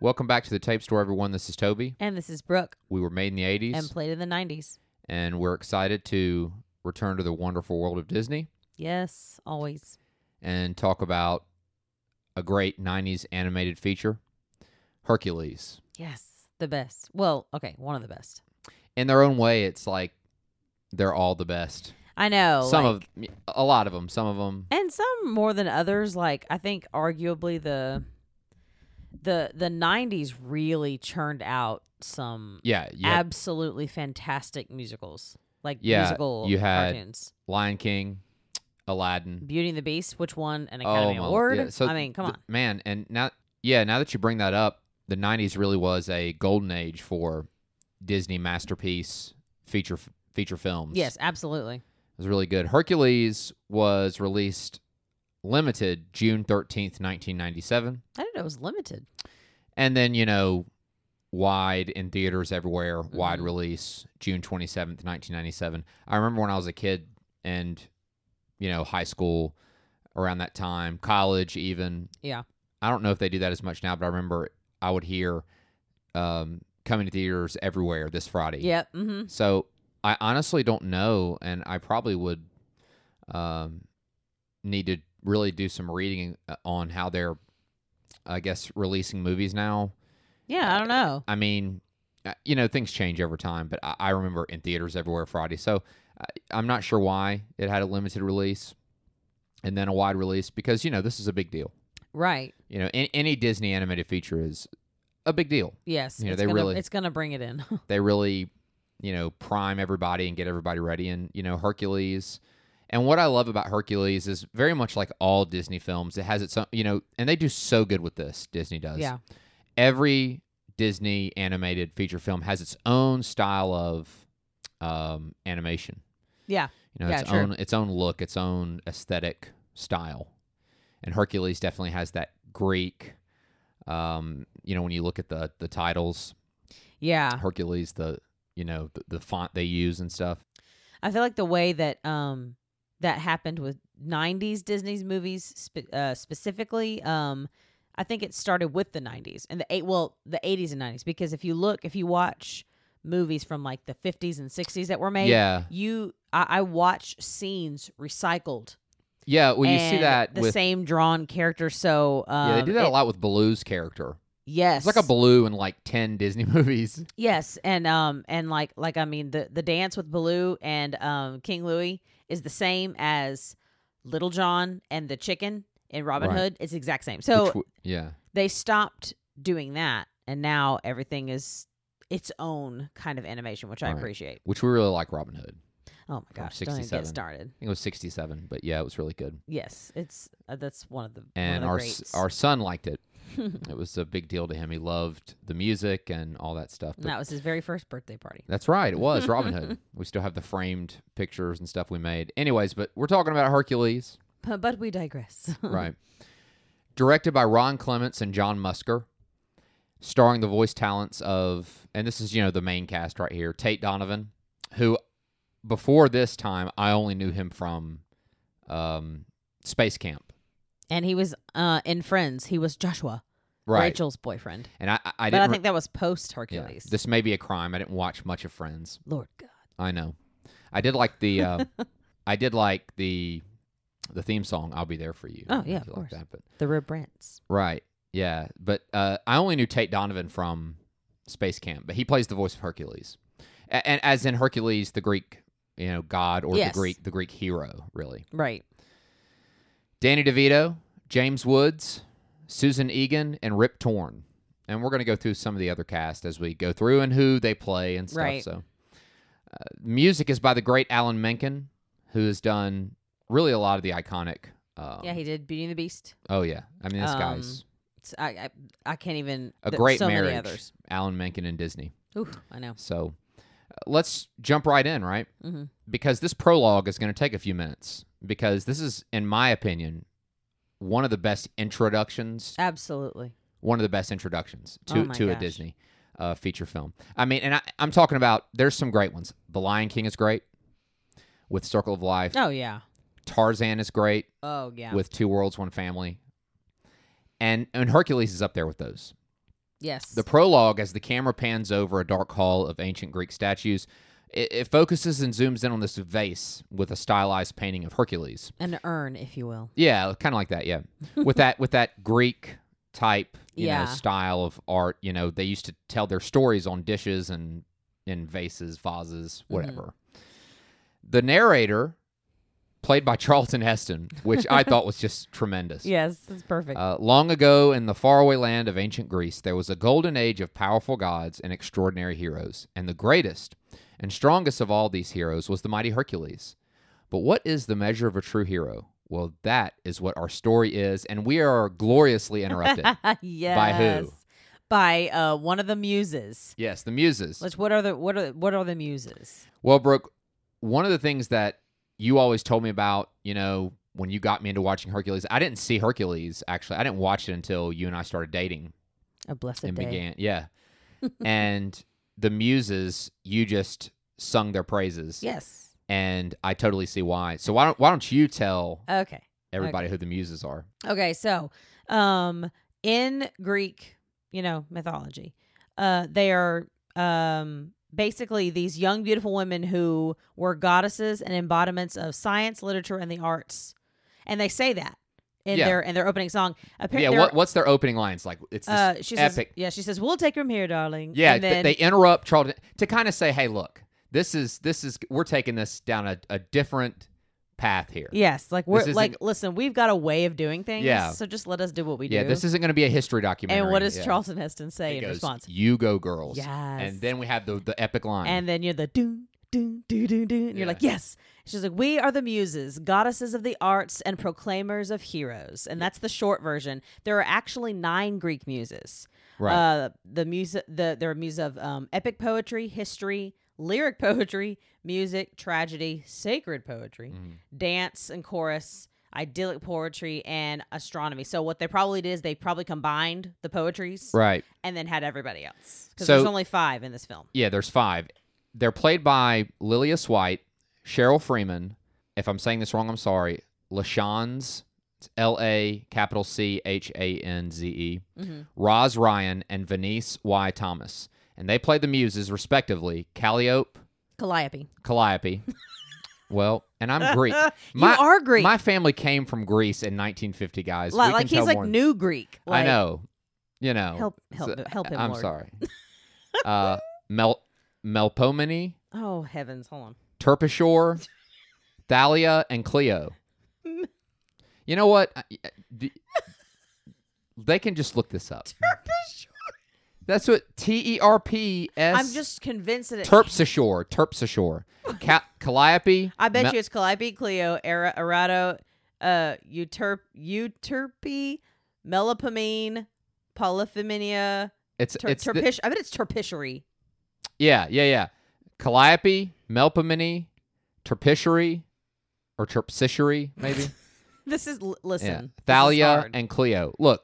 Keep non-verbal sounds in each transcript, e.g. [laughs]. Welcome back to the Tape Store, everyone. This is Toby. And this is Brooke We were made in the 80s, and played in the 90s. and we're excited to return to the wonderful world of Disney Yes, always. and talk about a great 90s animated feature, Hercules. Yes, the best. Well, okay, one of the best. In their own way, it's like they're all the best. I know. some Oh, like- of a lot of them, some of them and some more than others like I think arguably the the the 90s really churned out some yeah, you had absolutely fantastic musicals. Like Yeah, musical you had- cartoons. Lion King, Aladdin. Beauty and the Beast, which won an Academy Oh, my- Award. yeah, so I mean, come th- on. man. And now, yeah, now that you bring that up, the '90s really was a golden age for Disney masterpiece feature f- feature films. Yes, absolutely. it was really good. Hercules was released limited June thirteenth, nineteen ninety seven, I didn't know it was limited. and then you know. Wide in theaters everywhere, wide Mhm. release June 27th, 1997. I remember when I was a kid and, you know, high school around that time, college even, Yeah. I don't know if they do that as much now, but I remember I would hear um, coming to theaters everywhere this Friday. Yep. Mm-hmm. So I honestly don't know, and I probably would um, need to really do some reading uh, on how they're, I guess, releasing movies now. Yeah, I don't know. I mean, uh, you know, things change over time, but I, I remember in theaters everywhere Friday. So I, I'm not sure why it had a limited release and then a wide release because, you know, this is a big deal. Right. You know, any, any Disney animated feature is a big deal. Yes, You know, it's they gonna, really- it's gonna bring it in. [laughs] They really, you know, prime everybody and get everybody ready. And you know, Hercules. And what I love about Hercules is very much like all Disney films. It has its own, you know, and they do so good with this. Disney does. yeah, Every Disney animated feature film has its own style of um, animation. yeah, You know, Yeah, its true. own its own look, its own aesthetic style. And Hercules definitely has that Greek um, you know, when you look at the the titles, yeah. Hercules, the you know, the, the font they use and stuff. I feel like the way that um that happened with '90s Disney's movies spe- uh, specifically, um, I think it started with the '90s and the eight, well, the '80s and '90s because if you look, if you watch movies from like the '50s and '60s that were made, Yeah. you I, I watch scenes recycled. Yeah, well you see and that the with same drawn character. So um, Yeah, they do that it- a lot with Baloo's character. Yes, It's like a Baloo in like 10 Disney [laughs] movies. Yes, and um and like like I mean the the dance with Baloo and um King Louie is the same as Little John and the chicken in Robin Right. Hood. It's the exact same. So Which w- yeah. they stopped doing that and now everything is its own kind of animation, which I Right. appreciate. Which we really like Robin Hood. I Oh my From gosh, don't even 67. get started. think it was 67, but yeah, it was really good. Yes, it's uh, that's one of the And one our of the s- greats. our son liked [laughs] it. it was a big deal to him. He loved the music and all that stuff. and that was his very first [laughs] birthday party. That's right. It was Robin [laughs] Hood. we still have the framed pictures and stuff we made. Anyways, but we're talking about Hercules, But, but we digress. [laughs] right? Directed by Ron Clements and John Musker, starring the voice talents of, and this is you know the main cast right here, Tate Donovan, who before this time I only knew him from um, Space Camp, and he was uh in Friends. He was Joshua, right? Rachel's boyfriend. And I, I, I but didn't. I re- think that was post yeah. Hercules. This may be a crime. I didn't watch much of Friends. Lord God. I know. I did like the [laughs] uh, I did like the the theme song I'll be there for you. Oh, yeah, I of like course. that, but The Rebrants. right. Yeah, but uh, I only knew Tate Donovan from Space Camp, but he plays the voice of Hercules. A- and as in Hercules the Greek, you know, god or Yes. the Greek the Greek hero, really. Right. Danny DeVito, James Woods, Susan Egan, and Rip Torn. And we're going to go through some of the other cast as we go through and who they play and stuff. Right. So, uh, music is by the great Alan Menken, who has done really a lot of the iconic. Um, Yeah, he did Beauty and the Beast. Oh yeah, I mean this Um, guy's It's- I, I I can't even a th- great so marriage. many others. Alan Menken and Disney. Ooh, I know. So, uh, let's jump right in, right? Mhm. Because this prologue is going to take a few minutes. Because this is, in my opinion, one of the best introductions Absolutely. one of the best introductions to Oh my to a gosh. Disney uh, feature film. I mean, and I, I'm talking about there's some great ones. The Lion King is great with Circle of Life. Oh yeah. Tarzan is great Oh yeah. with Two Worlds, One Family, and and Hercules is up there with those. Yes. The prologue, as the camera pans over a dark hall of ancient Greek statues, it, it focuses and zooms in on this vase with a stylized painting of Hercules. An urn, if you will. Yeah, kind of like that. Yeah, with that with that Greek type, you Yeah. know, style of art. You know, they used to tell their stories on dishes and in vases, vases, whatever. The narrator, played by [laughs] Charlton Heston, which I thought was just tremendous. Yes, that's perfect. Uh, long ago, in the faraway land of ancient Greece, there was a golden age of powerful gods and extraordinary heroes. And the greatest and strongest of all these heroes was the mighty Hercules. But what is the measure of a true hero? Well, that is what our story is. And we are [laughs] gloriously interrupted. [laughs] yes. who? By uh, one of the muses. yes, the muses. Let's. What are the what are what are the muses? Well, Brooke, one of the things that you always told me about, you know, when you got me into watching Hercules, I didn't see Hercules, actually. I didn't watch it until you and I started dating. A blessed and day. began. [laughs] Yeah. and the muses, you just sung their praises. Yes. And I totally see why. So why don't why don't you tell Uh, Okay. everybody who the muses are? Okay, so um in Greek, you know, mythology, uh they are um basically these young beautiful women who were goddesses and embodiments of science, literature and the arts. And they say that in Yeah. their in their opening song. Apparently yeah, what, what's their opening lines? Like it's this uh, she says, epic. yeah, she says, "We'll take her from here, darling." yeah, and th- then, they interrupt Charlton to kind of say, "Hey, look, this is this is we're taking this down a, a different path here. yes, like we're isn't- like, listen, we've got a way of doing things. Yeah. so just let us do what we Yeah, do. this isn't going to be a history documentary." and what does Yeah. Charlton Heston He say in goes, response? You go, girls. Yes, And then we have the the epic line. And then you're the doo doo doo doo doo, and Yeah. you're like, yes. She's like, we are the muses, goddesses of the arts, and proclaimers of heroes. And that's the short version. There are actually nine Greek muses. right. Uh, the muse, the there are muses of um, epic poetry, history, lyric [laughs] poetry, music, tragedy, sacred poetry, Mhm. dance and chorus, idyllic poetry, and astronomy. So what they probably did is they probably combined the poetries right. and then had everybody else because So- there's only five in this film. Yeah, there's five. They're played by Lilius White, Cheryl Freeman. If I'm saying this wrong, I'm sorry. Lashans, L A capital C H A N Z E. Mhm. Roz Ryan and Venice Y Thomas, and they play the muses respectively. Calliope, Calliope. [laughs] Calliope. well, and I'm Greek. you My- are Greek. My family came from Greece in 1950, guys. Li- we like can he's tell like more- new Greek. Like, I know. You know. Help, help, So- help him. I'm Lord. [laughs] sorry. uh, Mel Melpomene. Oh [laughs] heavens, hold Terpishore, Thalia, and Cleo. on. You know what? I- I- d- They can just look this up. That's what T E R P S. I'm just convinced that it. Terpsichore, Terpsichore, Ca- Calliope. I bet Mel- you it's Calliope, Cleo, Era, Erado, uh, Euterp, Euterpe, Melopomene, Polyphemenia, It's ter- it's the- Terpish. I bet it's Terpishary. yeah yeah yeah. Calliope, Melpomene, Terpishore, or Terpsichore [laughs] maybe. This is l- listen. yeah. this is Thalia hard. and Cleo. Look,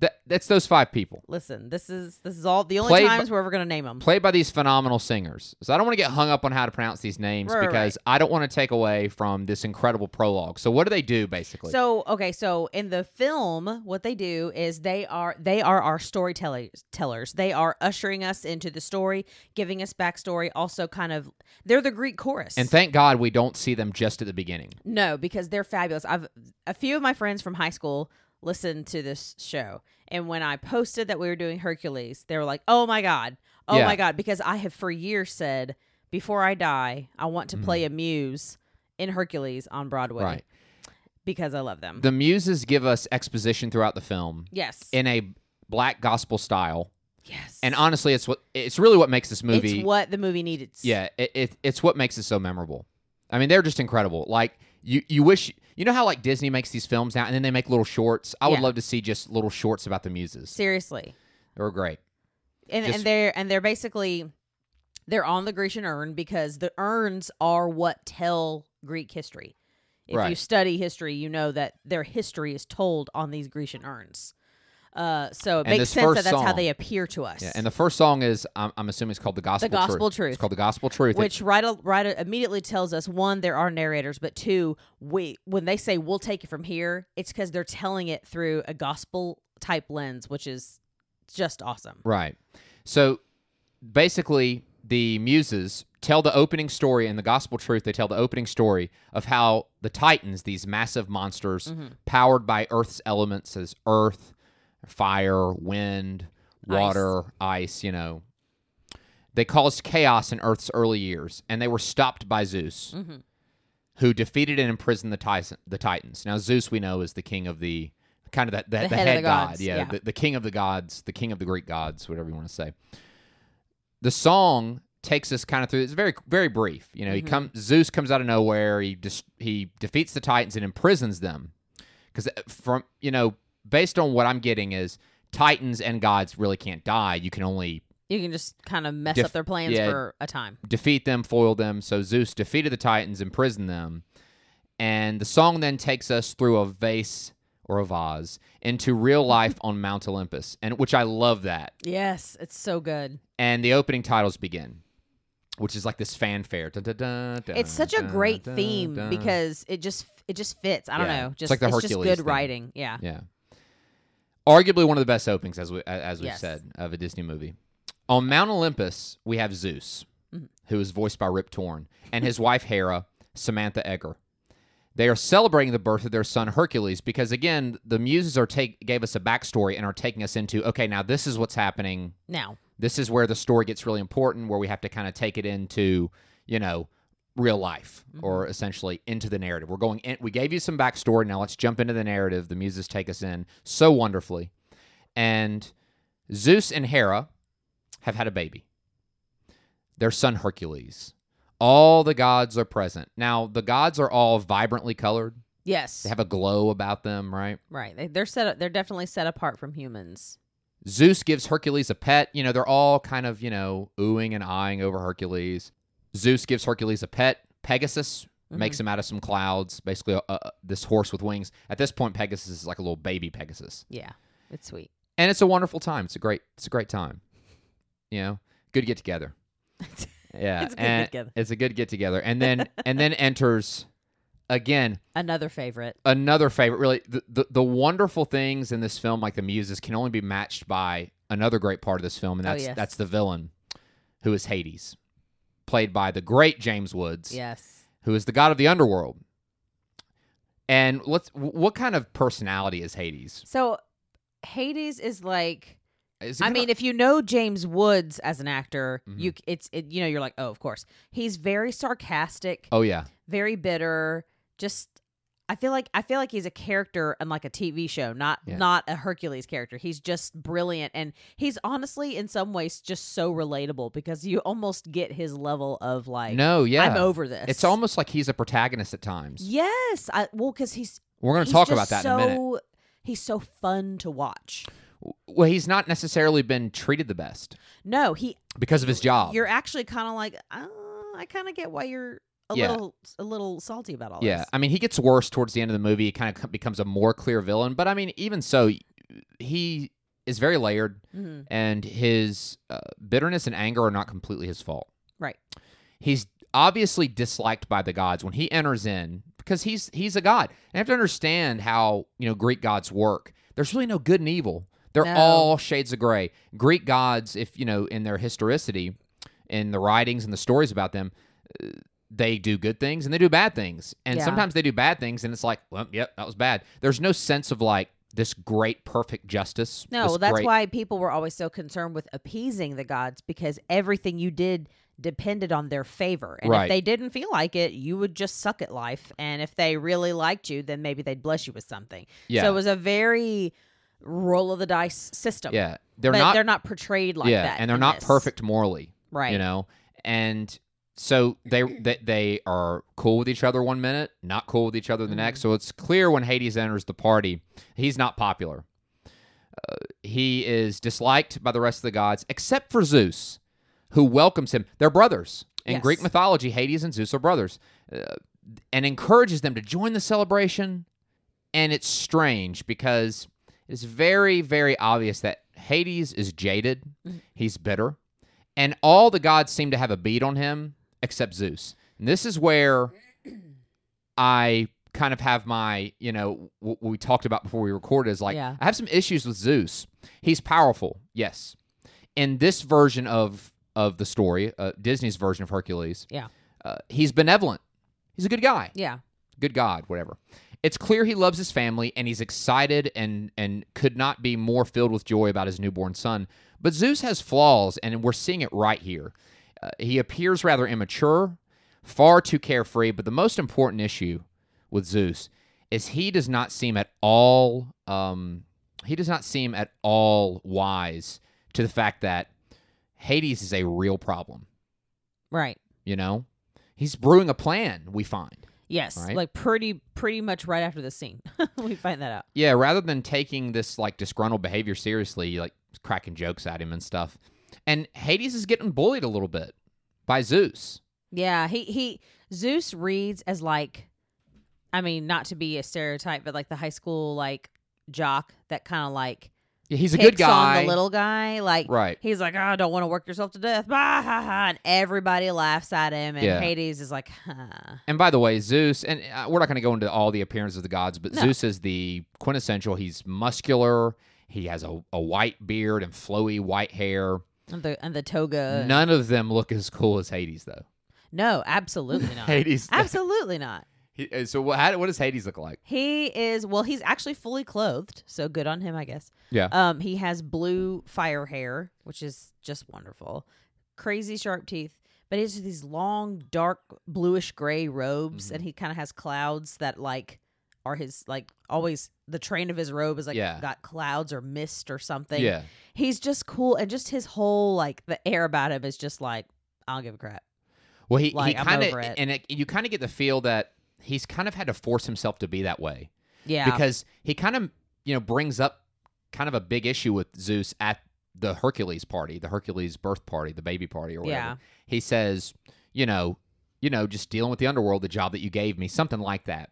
that that's those five people. listen. This is this is all the only Played by- times we're ever gonna name them. played by these phenomenal singers. So I don't want to get hung up on how to pronounce these names Right, right, because I don't want to take away from this incredible prologue. So what do they do basically? So okay, so in the film, what they do is they are they are our storytellers. Tellers. They are ushering us into the story, giving us backstory. Also, kind of they're the Greek chorus. and thank God we don't see them just at the beginning. no, because they're fabulous. I've a few of my friends from high school listened to this show, and when I posted that we were doing Hercules, they were like, "Oh my god, oh Yeah. my god!" Because I have for years said, "Before I die, I want to play a muse." In Hercules on Broadway, Mm. Right. Because I love them. The muses give us exposition throughout the film yes. in a black gospel style. yes. And honestly, it's what it's really what makes this movie It's what the movie needed. Yeah, it, it it's what makes it so memorable. I mean, they're just incredible. Like you you wish you know how like Disney makes these films now and then they make little shorts. I would Yeah. love to see just little shorts about the muses. Seriously. They're great. And Just- and they're and they're basically they're on the Grecian urn because the urns are what tell Greek history. If you Right. study history, you know that their history is told on these Grecian urns. Uh, so it And makes this sense that first that's how song- they appear to us. Yeah, and the first song is I'm, I'm assuming it's called the gospel. Gospel truth. Truth. It's called the gospel truth. which right, al- right uh, immediately tells us one there are narrators but two we when they say we'll take it from here it's because they're telling it through a gospel type lens which is just awesome. Right. So basically, the muses tell the opening story in the gospel truth. They tell the opening story of how the Titans, these massive monsters Mm-hmm. powered by Earth's elements, as earth, fire, wind, water, ice. you know, they caused chaos in Earth's early years, and they were stopped by Zeus, who defeated and imprisoned the, Tyson, the Titans. Now, Zeus, we know, is the king of the kind of that, that the, head, god, gods, yeah, yeah. The, the king of the gods, the king of the Greek gods, whatever you want to say the song takes us kind of through. It's very very brief. You know, he comes Zeus comes out of nowhere. He just he defeats the Titans and imprisons them. Because from you know, based on what I'm getting is Titans and gods really can't die. You can only You can just kind of mess Def- up their plans yeah. for a time. defeat them, foil them. So Zeus defeated the Titans, imprisoned them, and the song then takes us through a vase or a vase into real life on Mount Olympus, and which I love that. Yes, it's so good. and the opening titles begin, which is like this fanfare. Dun, dun, dun, dun, It's such a dun, great dun, theme dun. because it just it just fits. I don't Yeah. know. It's Just like the just Hercules good thing. writing. Yeah. yeah, arguably one of the best openings as we as we have Yes. said of a Disney movie. On Mount Olympus, we have Zeus, Mm-hmm. who is voiced by Rip Torn, and his [laughs] wife Hera, Samantha Egger. They are celebrating the birth of their son Hercules because again, the muses are take gave us a backstory and are taking us into okay, now this is what's happening Now, this is where the story gets really important where we have to kind of take it into you know real life or essentially into the narrative we're going in we gave you some backstory now let's jump into the narrative the muses take us in so wonderfully and zeus and hera have had a baby their son hercules all the gods are present now the gods are all vibrantly colored yes, they have a glow about them right right. They, they're set. Up, they're definitely set apart from humans. Zeus gives Hercules a pet. You know, they're all kind of, you know, oohing and eyeing over Hercules. Zeus gives Hercules a pet. Pegasus Mm-hmm. makes him out of some clouds, basically, uh, uh, this horse with wings. At this point, Pegasus is like a little baby Pegasus. Yeah, it's sweet. [laughs] And it's a wonderful time. It's a great, it's a great time. You know, good get together. Yeah. It's a good and get-together. It's a good get together. And then, and [laughs] then enters again Another favorite. another favorite really the, the the wonderful things in this film like the muses can only be matched by another great part of this film and Oh, that's yes. that's the villain who is Hades played by the great James Woods Yes. who is the god of the underworld and let's wh- what kind of personality is Hades So, Hades is like. Is he I kinda- mean, if you know James Woods as an actor, Mhm. you it's it, you know you're like, oh, of course. He's very sarcastic, oh yeah very bitter. Just I feel like I feel like he's a character in like a TV show, not Yeah. not a Hercules character. He's just brilliant, and he's honestly in some ways just so relatable because you almost get his level of like, no yeah I'm over this. it's almost like he's a protagonist at times yes. I well because he's we're going to he's talk just about that so, in a minute He's so fun to watch. well he's not necessarily been treated the best No, he because of his job you're actually kind of like, uh, I kind of get why you're a Yeah. little a little salty about all Yeah, this. I mean, he gets worse towards the end of the movie. He kind of becomes a more clear villain, but I mean, even so, he is very layered, hmm and his uh, bitterness and anger are not completely his fault. Right. He's obviously disliked by the gods when he enters in because he's he's a god. And you have to understand how you know Greek gods work. There's really no good and evil. They're No. all shades of gray. Greek gods, if you know, in their historicity, in the writings and the stories about them, uh, they do good things and they do bad things. And Yeah. sometimes they do bad things, and it's like, well, yep, that was bad. There's no sense of like this great perfect justice. No, this well, that's great- why people were always so concerned with appeasing the gods because everything you did depended on their favor. And Right. if they didn't feel like it, you would just suck at life. And if they really liked you, then maybe they'd bless you with something. Yeah. So it was a very roll of the dice system. Yeah, they're but not. they're not portrayed like yeah, that. and they're in not this. perfect morally. Right. you know and so they, they they are cool with each other one minute not cool with each other the Mhm. next so it's clear when hades enters the party he's not popular uh, he is disliked by the rest of the gods except for zeus who welcomes him they're brothers in Yes. greek mythology hades and zeus are brothers uh, and encourages them to join the celebration and it's strange because it's very very obvious that hades is jaded Mm. he's bitter and all the gods seem [clears throat] to have a beat on him except Zeus. And this is where I kind of have my, you know, what we talked about before we recorded is like, Yeah. I have some issues with Zeus. He's powerful, yes. In this version of of the story, uh, Disney's version of Hercules, Yeah. uh, he's benevolent. He's a good guy, Yeah. good God, whatever. It's clear he loves his family and he's excited and and could not be more filled with joy about his newborn son. But Zeus has flaws, and we're seeing it right here. Uh, he appears rather immature, far too carefree. But the most important issue with Zeus is he does not seem at all um, he does not seem at all wise to the fact that Hades is a real problem. Right. You know, he's brewing a plan. We find. Yes. Right. Like pretty pretty much right after the scene. [laughs] we find that out. Yeah, rather than taking this like disgruntled behavior seriously, you, like cracking jokes at him and stuff. And Hades is getting bullied a little bit by Zeus. Yeah, he he Zeus reads as like I mean, not to be a stereotype, but like the high school like jock that kind of like Yeah, he's a picks good guy. on the little guy. Like right. he's like, oh, I don't want to work yourself to death. Bah, ha, ha. And everybody laughs at him. And Yeah. Hades is like, huh. And by the way, Zeus, and uh, we're not going to go into all the appearances of the gods, but No. Zeus is the quintessential. He's muscular. He has a, a white beard and flowy white hair. And the, and the toga. None of them look as cool as Hades, though. No, [laughs] absolutely not. Hades. absolutely not. he- uh, so what, how, what does Hades look like? He is, well, he's actually fully clothed. So good on him, I guess. Yeah. Um, He has blue fire hair, which is just wonderful. Crazy sharp teeth. But he has these long, dark, bluish gray robes. Mhm. And he kind of has clouds that, like, are his, like, always the train of his robe is, like, Yeah. got clouds or mist or something. yeah. he's just cool and just his whole like the air about him is just like i don't give a crap Well, he, Like, he I'm kind of over it. and it, you kind of get the feel that he's kind of had to force himself to be that way yeah because he kind of you know brings up kind of a big issue with Zeus at the Hercules party, the Hercules birth party, the baby party or whatever. Yeah. He says, you know, you know, just dealing with the underworld, the job that you gave me, something like that.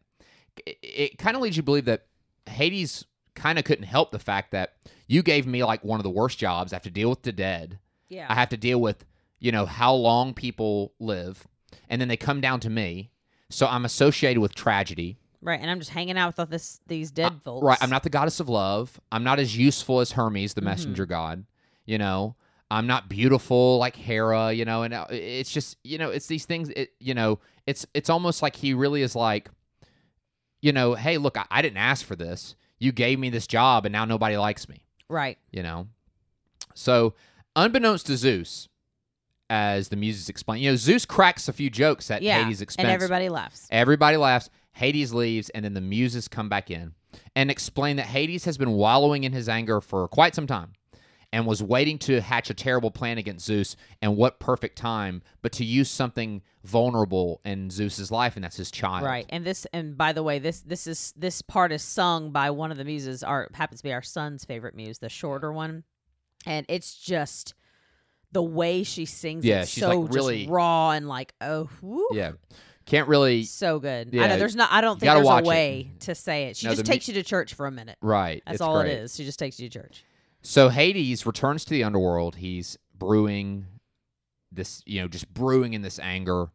It, it kind of leads you to believe that Hades kind of couldn't help the fact that you gave me like one of the worst jobs. I have to deal with the dead. yeah I have to deal with, you know, how long people live, and then they come down to me. So I'm associated with tragedy. right and i'm just hanging out with all this these dead folks Right. I'm not the goddess of love. I'm not as useful as Hermes, the Mhm. messenger god. You know, I'm not beautiful like Hera. You know, and uh, it's just, you know, it's these things. It, you know, it's it's almost like he really is like, you know, hey, look, I, I didn't ask for this. You gave me this job, and now nobody likes me. right you know. So, unbeknownst to Zeus, as the muses explain, you know, Zeus cracks a few jokes at yeah Hades' expense. and everybody laughs Everybody laughs. Hades leaves, and then the muses come back in and explain that Hades has been wallowing in his anger for quite some time and was waiting to hatch a terrible plan against Zeus. And what perfect time, but to use something vulnerable in Zeus's life, and that's his child. right and this and by the way this this is this part is sung by one of the muses our happens to be our son's favorite muse the shorter one and it's just the way she sings Yeah, it's she's, so like, just really- raw and like oh whew, Yeah. Can't really. so good i Yeah, know there's not i don't think gotta there's watch a it. way to say it she No, just the mu- takes you to church for a minute Right. That's it's all great. it is. She just takes you to church. So Hades returns to the underworld. He's brewing this, you know, just brewing in this anger.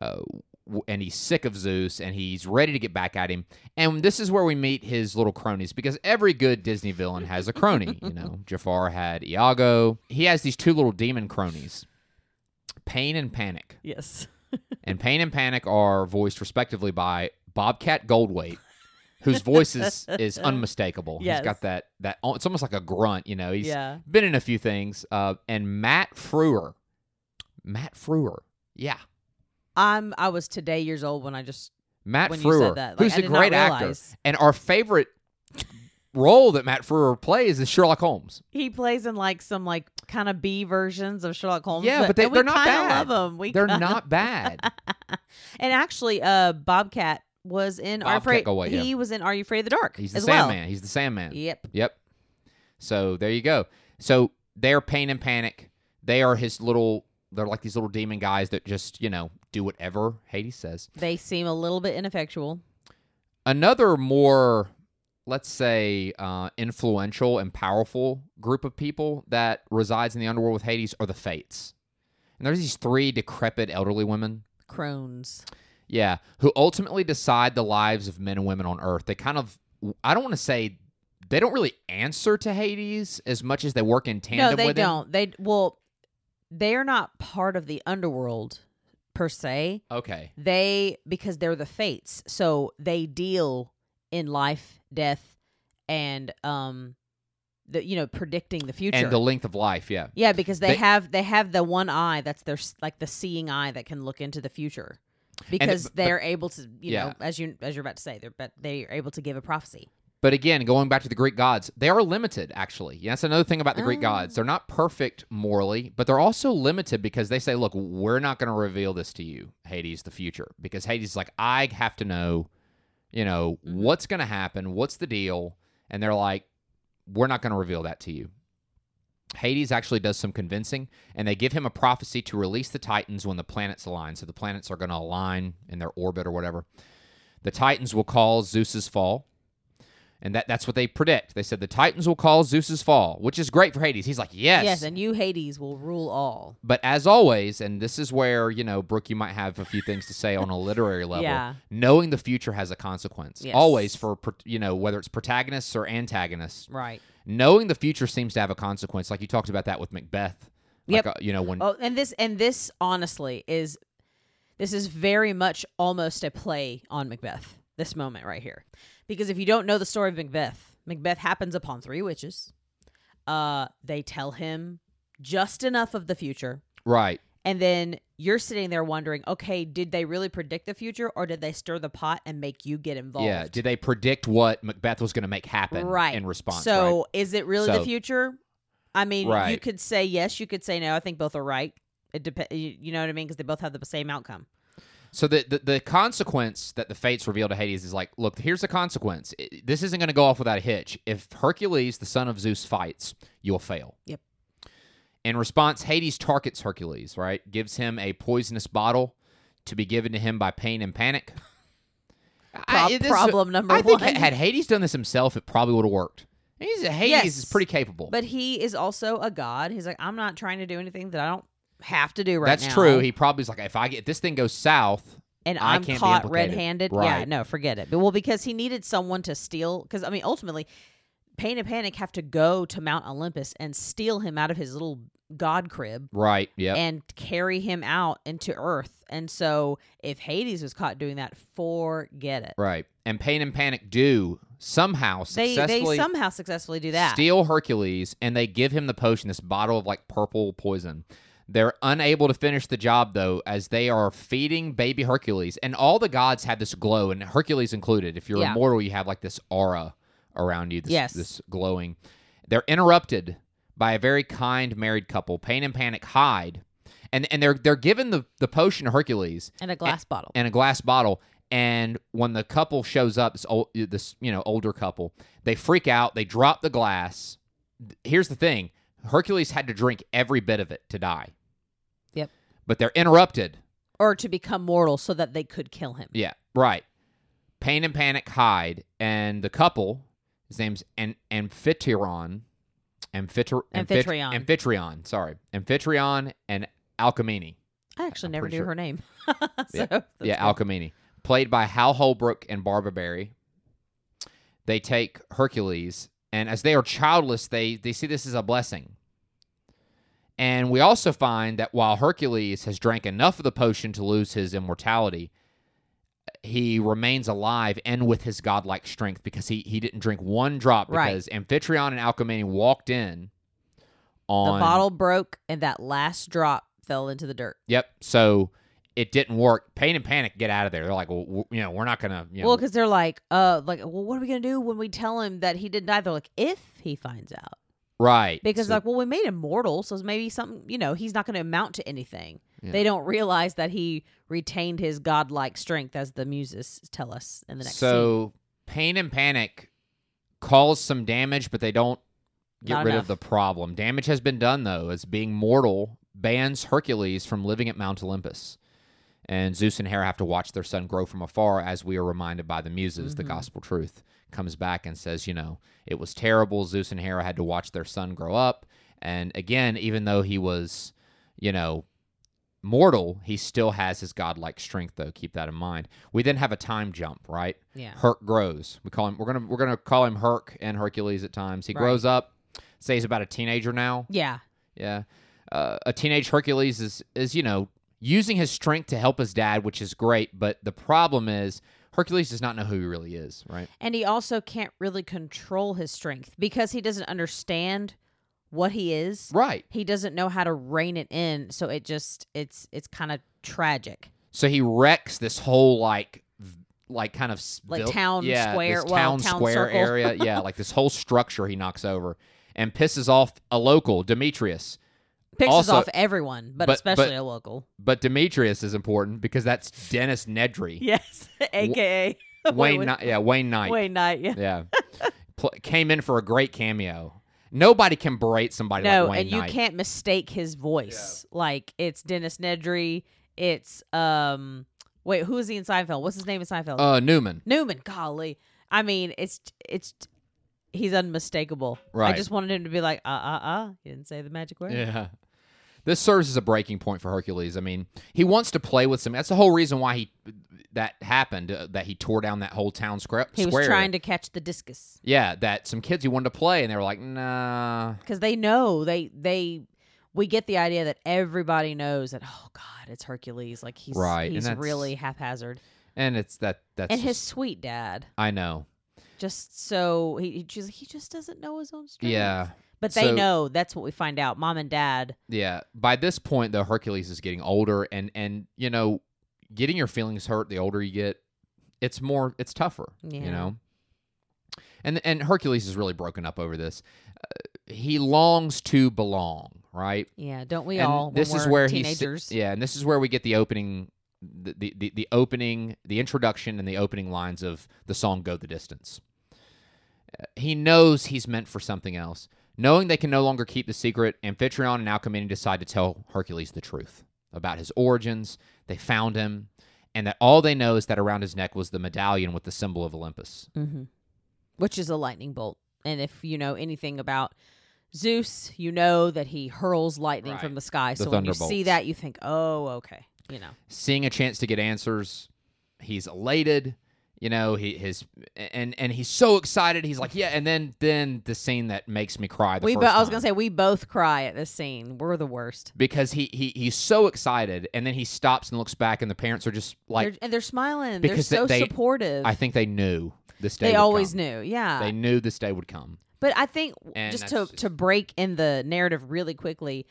Uh, w- and he's sick of Zeus and he's ready to get back at him. And this is where we meet his little cronies because every good Disney villain has a crony. you know, Jafar had Iago. He has these two little demon cronies, Pain and Panic. Yes. And Pain and Panic are voiced respectively by Bobcat Goldthwait, whose voice is, is unmistakable. Yes. He's got that that it's almost like a grunt, you know. He's yeah. been in a few things. Uh, and Matt Frewer, Matt Frewer, yeah, I'm. I was today years old when I just Matt when Frewer, you said that. Like, who's I a did not great actor, realize. and our favorite role that Matt Frewer plays is Sherlock [laughs] Holmes. He plays in like some like kind of B versions of Sherlock Holmes. Yeah, but, but they- and they're we not kinda bad. Love him. We They're kinda- not bad. [laughs] And actually, uh, Bobcat was in. Are you Bobcat afraid? Goldthwait, yeah. He was in. Are you afraid of the dark? He's the as well. Sandman. He's the Sandman. Yep. Yep. So there you go. So they're pain and panic. They are his little. They're like these little demon guys that just you know do whatever Hades says. They seem a little bit ineffectual. Another more, let's say, uh, influential and powerful group of people that resides in the underworld with Hades are the Fates. And there's these three decrepit elderly women. Crones. Yeah, who ultimately decide the lives of men and women on Earth. They kind of, I don't want to say they don't really answer to Hades as much as they work in tandem no, they with him. don't. They well, they are not part of the underworld per se. Okay. They because they're the fates, so they deal in life, death, and um, the you know predicting the future. And the length of life, yeah. yeah, because they, they- have they have the one eye that's their s- like the seeing eye that can look into the future. Because but- they're able to, you Yeah. know, as you as you're about to say, they're but they are able to give a prophecy. But again, going back to the Greek gods, they are limited, actually. Yeah, that's another thing about the Greek Oh. gods. They're not perfect morally, but they're also limited because they say, look, we're not going to reveal this to you, Hades, the future. Because Hades is like, I have to know, you know, Mhm. what's going to happen, what's the deal. And they're like, we're not going to reveal that to you. Hades actually does some convincing, and they give him a prophecy to release the Titans when the planets align. So the planets are going to align in their orbit or whatever. The Titans will cause Zeus's fall. And that, that's what they predict. They said the Titans will cause Zeus's fall, which is great for Hades. He's like, yes. yes and you Hades will rule all. but as always, and this is where, you know, Brooke, you might have a few things to say on a literary level. [laughs] Yeah. Knowing the future has a consequence. Yes. Always for, pro- you know, whether it's protagonists or antagonists, Right. knowing the future seems to have a consequence. Like you talked about that with Macbeth. Like, Yep. uh, you know, when Oh, and this and this honestly is this is very much almost a play on Macbeth. This moment right here, because if you don't know the story of Macbeth, Macbeth happens upon three witches. Uh, they tell him just enough of the future, right. and then you're sitting there wondering, okay, did they really predict the future, or did they stir the pot and make you get involved? Yeah. Did they predict what Macbeth was going to make happen right in response? So, right? is it really So- the future? I mean, you Right. could say yes, you could say no. I think both are right. It dep- you you know what I mean because they both have the same outcome. so the, the the consequence that the fates reveal to Hades is like, look, here's the consequence. I- this isn't going to go off without a hitch. If Hercules, the son of Zeus, fights, you'll fail. Yep. In response, Hades targets Hercules. Right, gives him a poisonous bottle to be given to him by pain and panic. I- Prob- this- problem number I think one. had Hades done this himself, it probably would have worked. He's, Hades is Yes. pretty capable. but he is also a god. He's like, I'm not trying to do anything that I don't have to do right That's now. true. He probably's like, if I get if this thing goes south, and I I'm can't be caught implicated. red-handed. Yeah, Right. no, forget it. But well, because he needed someone to steal. Because I mean, ultimately, Pain and Panic have to go to Mount Olympus and steal him out of his little god crib. right? Yeah. and carry him out into Earth. And so, if Hades was caught doing that, forget it. Right. And Pain and Panic do somehow They they successfully somehow successfully do that. steal Hercules and they give him the potion, this bottle of like purple poison. They're unable to finish the job though, as they are feeding baby Hercules. And all the gods have this glow, and Hercules included. If you're Yeah. immortal, you have like this aura around you, this, Yes. this glowing. They're interrupted by a very kind married couple. Pain and Panic hide. And, and they're they're given the, the potion to Hercules, and a glass bottle. and a glass bottle. And when the couple shows up, this old, this you know older couple, they freak out. They drop the glass. Th- Here's the thing: Hercules had to drink every bit of it to die. Yep. But they're interrupted. or to become mortal so that they could kill him. Yeah, right. Pain and panic hide, and the couple, his name's An- Amphitryon, Amphitr- Amphit- Amphitryon. Amphitryon, sorry, Amphitryon and Alchemene. I actually I'm never pretty knew sure- her name. Yeah. [laughs] So, that's yeah, cool. Alchemini, played by Hal Holbrook and Barbara Barry. They take Hercules, and as they are childless, they they see this as a blessing. And we also find that while Hercules has drank enough of the potion to lose his immortality, he remains alive and with his godlike strength because he he didn't drink one drop Right. because Amphitryon and Alchemini walked in the on bottle broke and that last drop fell into the dirt. Yep. So it didn't work. Pain and panic get out of there. They're like, well, w- you know, we're not gonna. You know, Well, because they're like, uh, like, well, what are we gonna do when we tell him that he didn't die? They're like, if he finds out, right? because So- like, well, we made him mortal, so maybe something, you know, he's not gonna amount to anything. Yeah. They don't realize that he retained his godlike strength, as the muses tell us in the next scene. so pain and panic cause some damage, but they don't get Not rid enough. of the problem. Damage has been done though, as being mortal bans Hercules from living at Mount Olympus. And Zeus and Hera have to watch their son grow from afar, as we are reminded by the muses. The Mhm. gospel truth comes back and says, you know, it was terrible. Zeus and Hera had to watch their son grow up. And again, even though he was, you know, mortal, he still has his godlike strength, though. Keep that in mind. We then have a time jump, right? Yeah. Herc grows. We call him. We're gonna we're gonna call him Herc and Hercules at times. He Right. grows up. Say he's about a teenager now. Yeah. Yeah. Uh, a teenage Hercules is is you know using his strength to help his dad, which is great. But the problem is Hercules does not know who he really is, right? And he also can't really control his strength because he doesn't understand what he is. Right. He doesn't know how to rein it in, so it just it's it's kind of tragic. So he wrecks this whole like v- like kind of s- Like town yeah, square- this well, town, town square circle. [laughs] area, yeah, like this whole structure he knocks over and pisses off a local, Demetrius. Pisses Also- off everyone, but, but- especially but- a local. But Demetrius is important because that's Dennis Nedry, [laughs] Yes, aka [laughs] Wayne, Wayne Kni- yeah, Wayne Knight, Wayne Knight. Yeah. yeah, Pl- came in for a great cameo. Nobody can berate somebody No, like Wayne and you Knight. can't mistake his voice. Like it's Dennis Nedry. It's um wait, who is he in Seinfeld? What's his name in Seinfeld? uh, Newman, Newman, golly. I mean, it's it's he's unmistakable. Right. I just wanted him to be like, uh uh uh. He didn't say the magic word. yeah. This serves as a breaking point for Hercules. I mean, he wants to play with some. That's the whole reason why he that happened. Uh, that he tore down that whole town square. He was square area. trying to catch the discus Yeah, that some kids he wanted to play, and they were like, "Nah." because they know they they we get the idea that everybody knows that oh god it's Hercules like he's Right, and he's that's- really haphazard And it's that. That's and his just- sweet dad I know. just so he he just he just doesn't know his own strength Yeah, but they So- know that's what we find out mom and dad yeah. By this point, though, Hercules is getting older, and and you know, getting your feelings hurt the older you get, it's more, it's tougher. Yeah. You know. And and Hercules is really broken up over this. Uh, he longs to belong, right? yeah don't we and all when this is we're where he si- teenagers yeah, and this is where we get the opening, the, the the the opening, the introduction, and the opening lines of the song "Go the Distance." Uh, He knows he's meant for something else. Knowing they can no longer keep the secret, Amphitryon and Alcmene decide to tell Hercules the truth about his origins. They found him, and that all they know is that around his neck was the medallion with the symbol of Olympus. Mm-hmm. Which is a lightning bolt. And if you know anything about Zeus, you know that he hurls lightning from Right. the sky. The so when you thunderbolts. see that, you think, oh, okay. You know, seeing a chance to get answers. He's elated, you know. He his and and he's so excited. He's like, yeah. And then then the scene that makes me cry. The we. first Bo- I was time. gonna say we both cry at this scene. We're the worst. because he he he's so excited, and then he stops and looks back, and the parents are just like, they're, and they're smiling. because they- they're so they- supportive. I think they knew this day. they would always come. knew. Yeah. They knew this day would come. But I think And just to that's- to break in the narrative really quickly,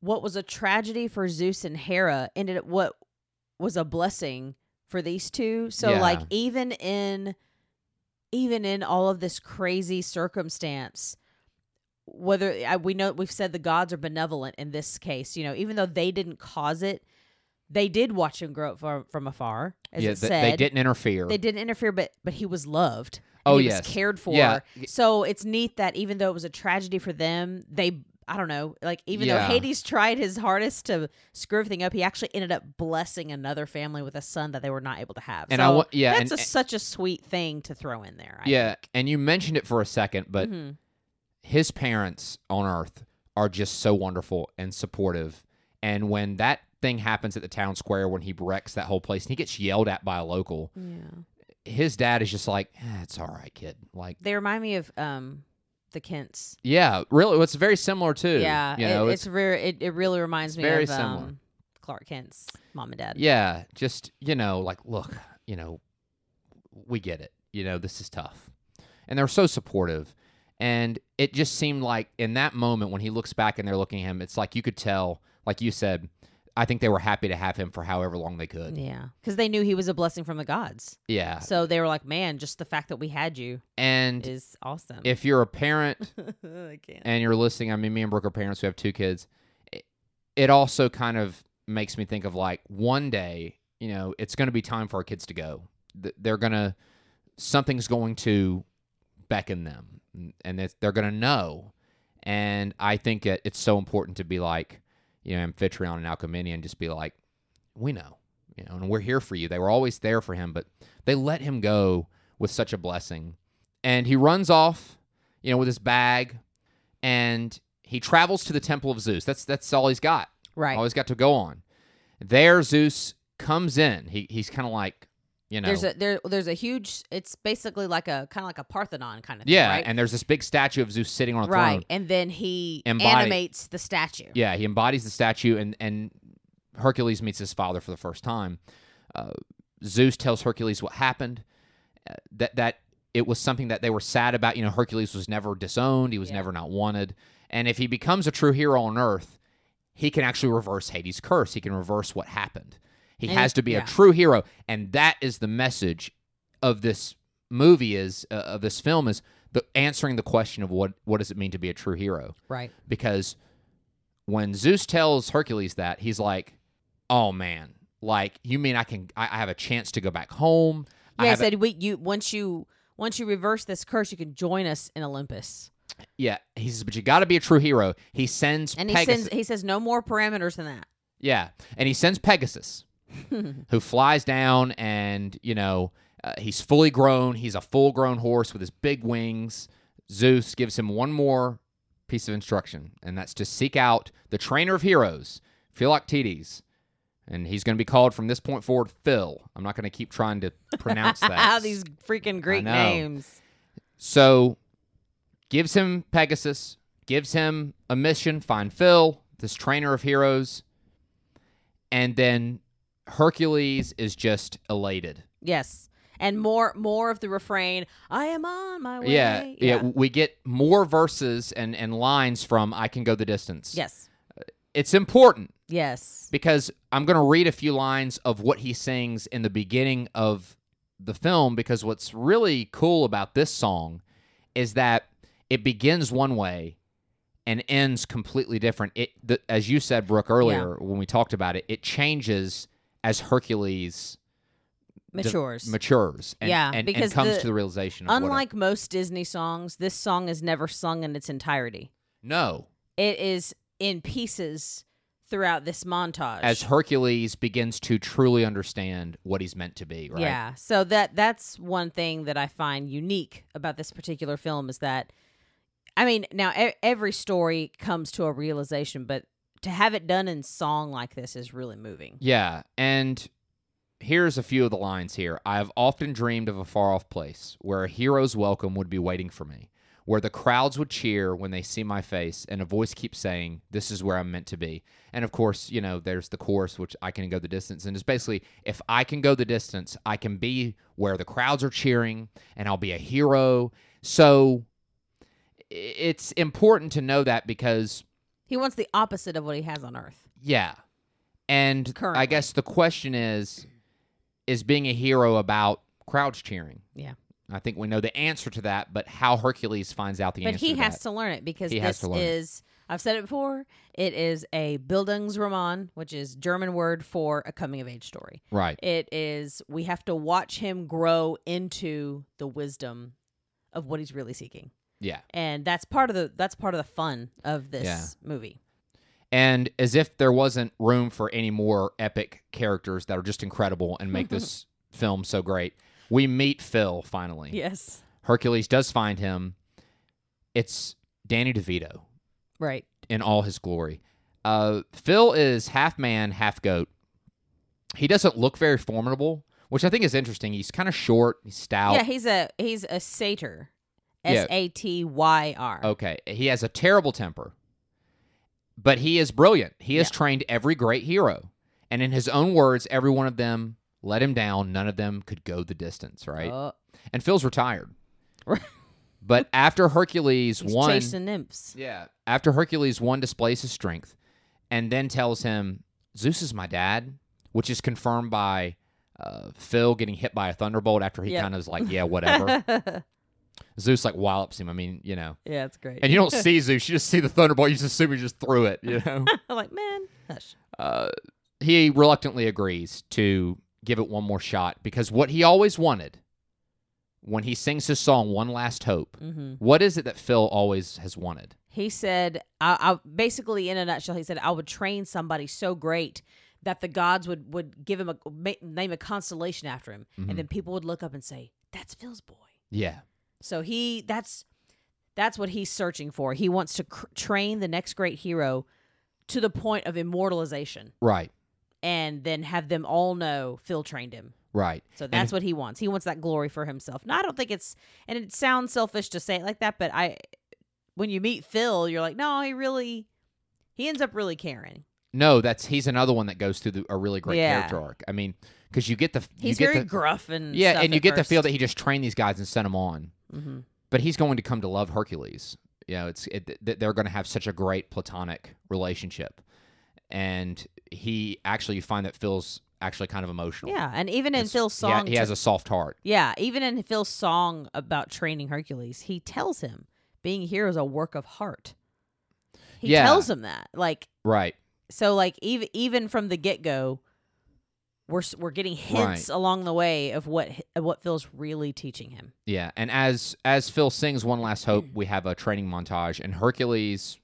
what was a tragedy for Zeus and Hera ended up what was a blessing for these two. So Yeah. like even in even in all of this crazy circumstance, whether I, we know we've said the gods are benevolent in this case, you know, even though they didn't cause it, they did watch him grow up from, from afar, as yeah, it th- said. they didn't interfere. They didn't interfere, but but he was loved. and Oh, he yes. was cared for. Yeah. So it's neat that even though it was a tragedy for them, they I don't know, like even Yeah. though Hades tried his hardest to screw everything up, he actually ended up blessing another family with a son that they were not able to have. And so I want yeah that's and, a, such a sweet thing to throw in there. I yeah and you mentioned it for a second, but think. Mhm. his parents on earth are just so wonderful and supportive and when that thing happens at the town square when he wrecks that whole place and he gets yelled at by a local yeah, his dad is just like "Eh, it's all right kid like they remind me of um the Kents. yeah really it's very similar too yeah, you it- know it's, very it, it really reminds me very of similar. um, Clark Kent's mom and dad. yeah just you know like look you know we get it you know this is tough and they're so supportive and it just seemed like in that moment when he looks back and they're looking at him it's like you could tell like you said i think they were happy to have him for however long they could Yeah, because they knew he was a blessing from the gods. Yeah. So they were like, "Man, just the fact that we had you And is awesome." if you're a parent [laughs] I can't. and you're listening, I mean, me and Brooke are parents who have two kids. It, it also kind of makes me think of like one day, you know, it's going to be time for our kids to go. Th- They're going to, something's going to beckon them n- and it's, they're going to know. And I think it, it's so important to be like, you know, Amphitryon and Alchemy and just be like, we know, you know, and we're here for you. They were always there for him, but they let him go with such a blessing. And he runs off, you know, with his bag and he travels to the temple of Zeus. That's that's all he's got. Right. All he's got to go on. There, Zeus comes in. He he's kind of like, you know, There's a there there's a huge it's basically like a kind of like a Parthenon kind of yeah. thing, right? And there's this big statue of Zeus sitting on a right. throne. And then he Embody- animates the statue. Yeah, he embodies the statue, and and Hercules meets his father for the first time. Uh, Zeus tells Hercules what happened. Uh, that that it was something that they were sad about. You know, Hercules was never disowned. He was Yeah. never not wanted. And if he becomes a true hero on Earth, he can actually reverse Hades' curse. He can reverse what happened. He And has it- to be yeah. a true hero, and that is the message of this movie is uh, of this film is the answering the question of what what does it mean to be a true hero Right. because when Zeus tells Hercules that, he's like, "Oh man, like you mean I can? I, I have a chance to go back home." I Yeah, he have a- said we you once you once you reverse this curse, you can join us in Olympus. yeah. He says, "But you got to be a true hero." He sends And he Pegasus. sends he says no more parameters than that. [laughs] yeah, and he sends Pegasus, who flies down, and you know uh, he's fully grown. He's a full-grown horse with his big wings. Zeus gives him one more piece of instruction, and that's to seek out the trainer of heroes, Philoctetes. And he's going to be called from this point forward Phil. I'm not going to keep trying [laughs] to pronounce How that. these freaking Greek know. names. So gives him Pegasus, gives him a mission, find Phil, this trainer of heroes. And then Hercules is just elated. Yes. And more more of the refrain, I am on my way. Yeah, yeah, We get more verses and, and lines from I Can Go the Distance. Yes. It's important Yes. because I'm going to read a few lines of what he sings in the beginning of the film because what's really cool about this song is that it begins one way and ends completely different. It the, as you said Brooke earlier when we talked about it, it changes as Hercules de- Matures. matures and, Yeah, and, because and comes the- to the realization of what a- Unlike most Disney songs, this song is never sung in its entirety. no It is in pieces throughout this montage. as Hercules begins to truly understand what he's meant to be, right? Yeah. So that that's one thing that I find unique about this particular film is that I mean, now e- every story comes to a realization, but to have it done in song like this is really moving. Yeah, and here's a few of the lines here. I have often dreamed of a far off place where a hero's welcome would be waiting for me, where the crowds would cheer when they see my face, and a voice keeps saying, This is where I'm meant to be. And of course, you know, there's the chorus, which I can go the distance. And it's basically, if I can go the distance, I can be where the crowds are cheering, and I'll be a hero. So i- it's important to know that because He wants the opposite of what he has on Earth. yeah. And I Currently. guess the question is is being a hero about crowds cheering? Yeah. I think we know the answer to that, but how Hercules finds out the But answer he to has that. to learn it because He has this to learn it. is I've said it before, it is a Bildungsroman, which is German word for a coming of age story. Right. It is we have to watch him grow into the wisdom of what he's really seeking. Yeah. and that's part of the that's part of the fun of this Yeah. movie. And as if there wasn't room for any more epic characters that are just incredible and make [laughs] this film so great, we meet Phil finally. Yes, Hercules does find him. It's Danny DeVito right. in all his glory. Uh, Phil is half man, half goat. He doesn't look very formidable, which I think is interesting. He's kind of short, he's stout. Yeah, he's a he's a satyr, Yeah. Oh, S A T Y R. okay, he has a terrible temper, but he is brilliant. He has trained every great hero, and in his own words, every one of them let him down. None of them could go the distance, right? Oh, And Phil's [laughs] retired, but after Hercules he's won, chasing nymphs. [laughs] Yeah. After Hercules one displays his strength and then tells him, Zeus is my dad, which is confirmed by uh, Phil getting hit by a thunderbolt after he Yep. kind of is like, yeah, [laughs] whatever. Zeus like wallops him. I mean, you know. yeah, it's great. And you don't see Zeus, you just see the thunderbolt. You just assume he just threw it, you know? [laughs] I'm like, man, hush. uh, he reluctantly agrees to give it one more shot because what he always wanted when he sings his song, One Last Hope, hmm what is it that Phil always has wanted? He said, I, I basically in a nutshell, he said, I would train somebody so great that the gods would would give him a ma- name a constellation after him, Mhm. and then people would look up and say, that's Phil's boy. Yeah. So he that's that's what he's searching for. He wants to cr- train the next great hero to the point of immortalization. Right. and then have them all know Phil trained him. Right. So that's what he wants. He wants that glory for himself. No, I don't think it's and it sounds selfish to say it like that, but I when you meet Phil, you're like, no, he really he ends up really caring. No, that's he's another one that goes through the, a really great Yeah. character arc. I mean, because you get the you He's get very the- gruff and yeah, stuff and you at get first. the feel that he just trained these guys and sent them on. Mhm. But he's going to come to love Hercules. You know, it's it, th- they're going to have such a great platonic relationship, and he actually you find that Phil's actually kind of emotional. Yeah, and even in Oh. It's- Phil's he ha- song, he, has a soft heart. yeah, even in Phil's song about training Hercules, he tells him being a hero is a work of heart. He Yeah. tells him that, like, Right. so, like, even even from the get go, we're s- we're getting hints along the way of what h- of what Phil's really teaching him. Yeah, and as as Phil sings "One Last Hope," we have a training montage, and Hercules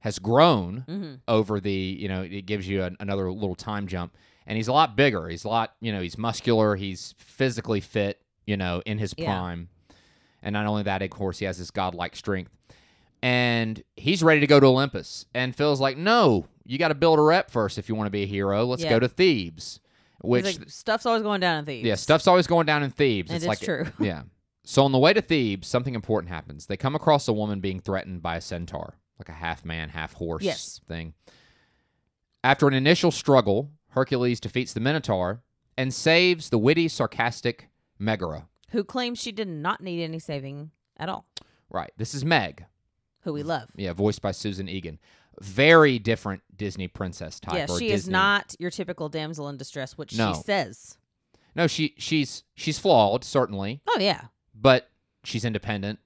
has grown Mm-hmm. over the you know it gives you an, another little time jump, and he's a lot bigger. He's a lot you know he's muscular. He's physically fit. You know in his Yeah. prime, and not only that, of course, he has this godlike strength, and he's ready to go to Olympus. And Phil's like, "No, you got to build a rep first if you want to be a hero. Let's Yeah. go to Thebes." Which stuff's always going down in Thebes. yeah, stuff's always going down in Thebes. It it's is like true. yeah. So on the way to Thebes, something important happens. They come across a woman being threatened by a centaur, like a half man, half horse Yes. thing. After an initial struggle, Hercules defeats the Minotaur and saves the witty, sarcastic Megara. Who claims she did not need any saving at all? Right. This is Meg. Who we love. Mm, Yeah, voiced by Susan Egan. Very different Disney princess type. Yeah, or she is Disney- not your typical damsel in distress, which No. she says. No, she she's she's flawed, certainly. Oh yeah, but she's independent,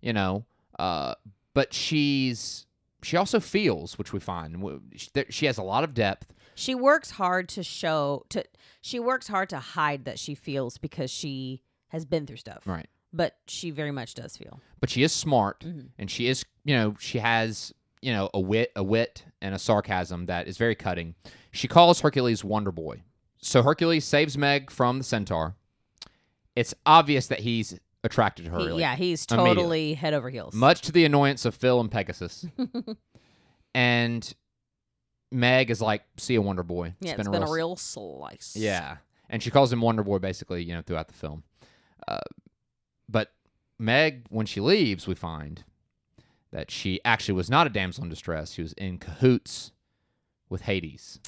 you know. Uh, but she's she also feels, which we find w- she- there- she has a lot of depth. She works hard to show to she works hard to hide that she feels because she has been through stuff. Right. But she very much does feel. But she is smart, Mhm. and she is you know she has you know a wit, a wit, and a sarcasm that is very cutting. She calls Hercules Wonder Boy. So Hercules saves Meg from the centaur. It's obvious that he's attracted to her. He- like, yeah, he's immediately. totally head over heels. much to the annoyance of Phil and [laughs] Pegasus. and Meg is like, "See a Wonder Boy." yeah, it's been a s- real slice. Yeah, and she calls him Wonder Boy basically, you know, throughout the film. Uh, but Meg, when she leaves, we find that she actually was not a damsel in distress. She was in cahoots with [sighs] Hades.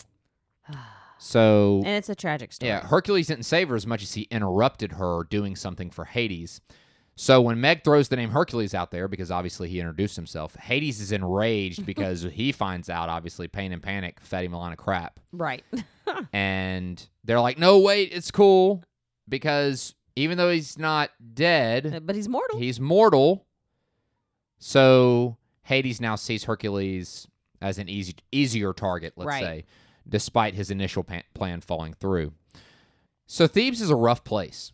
So And it's a tragic story. yeah, Hercules didn't save her as much as he interrupted her doing something for Hades. So when Meg throws the name Hercules out there, because obviously he introduced himself, Hades is enraged because he finds out, obviously, pain and panic fed him a lot of crap. [laughs] Right. And they're like, no, wait, it's cool. Because even though he's not dead, but he's mortal. he's mortal. So Hades now sees Hercules as an easy, easier target, let's Right. say, despite his initial pa- plan falling through. So Thebes is a rough place.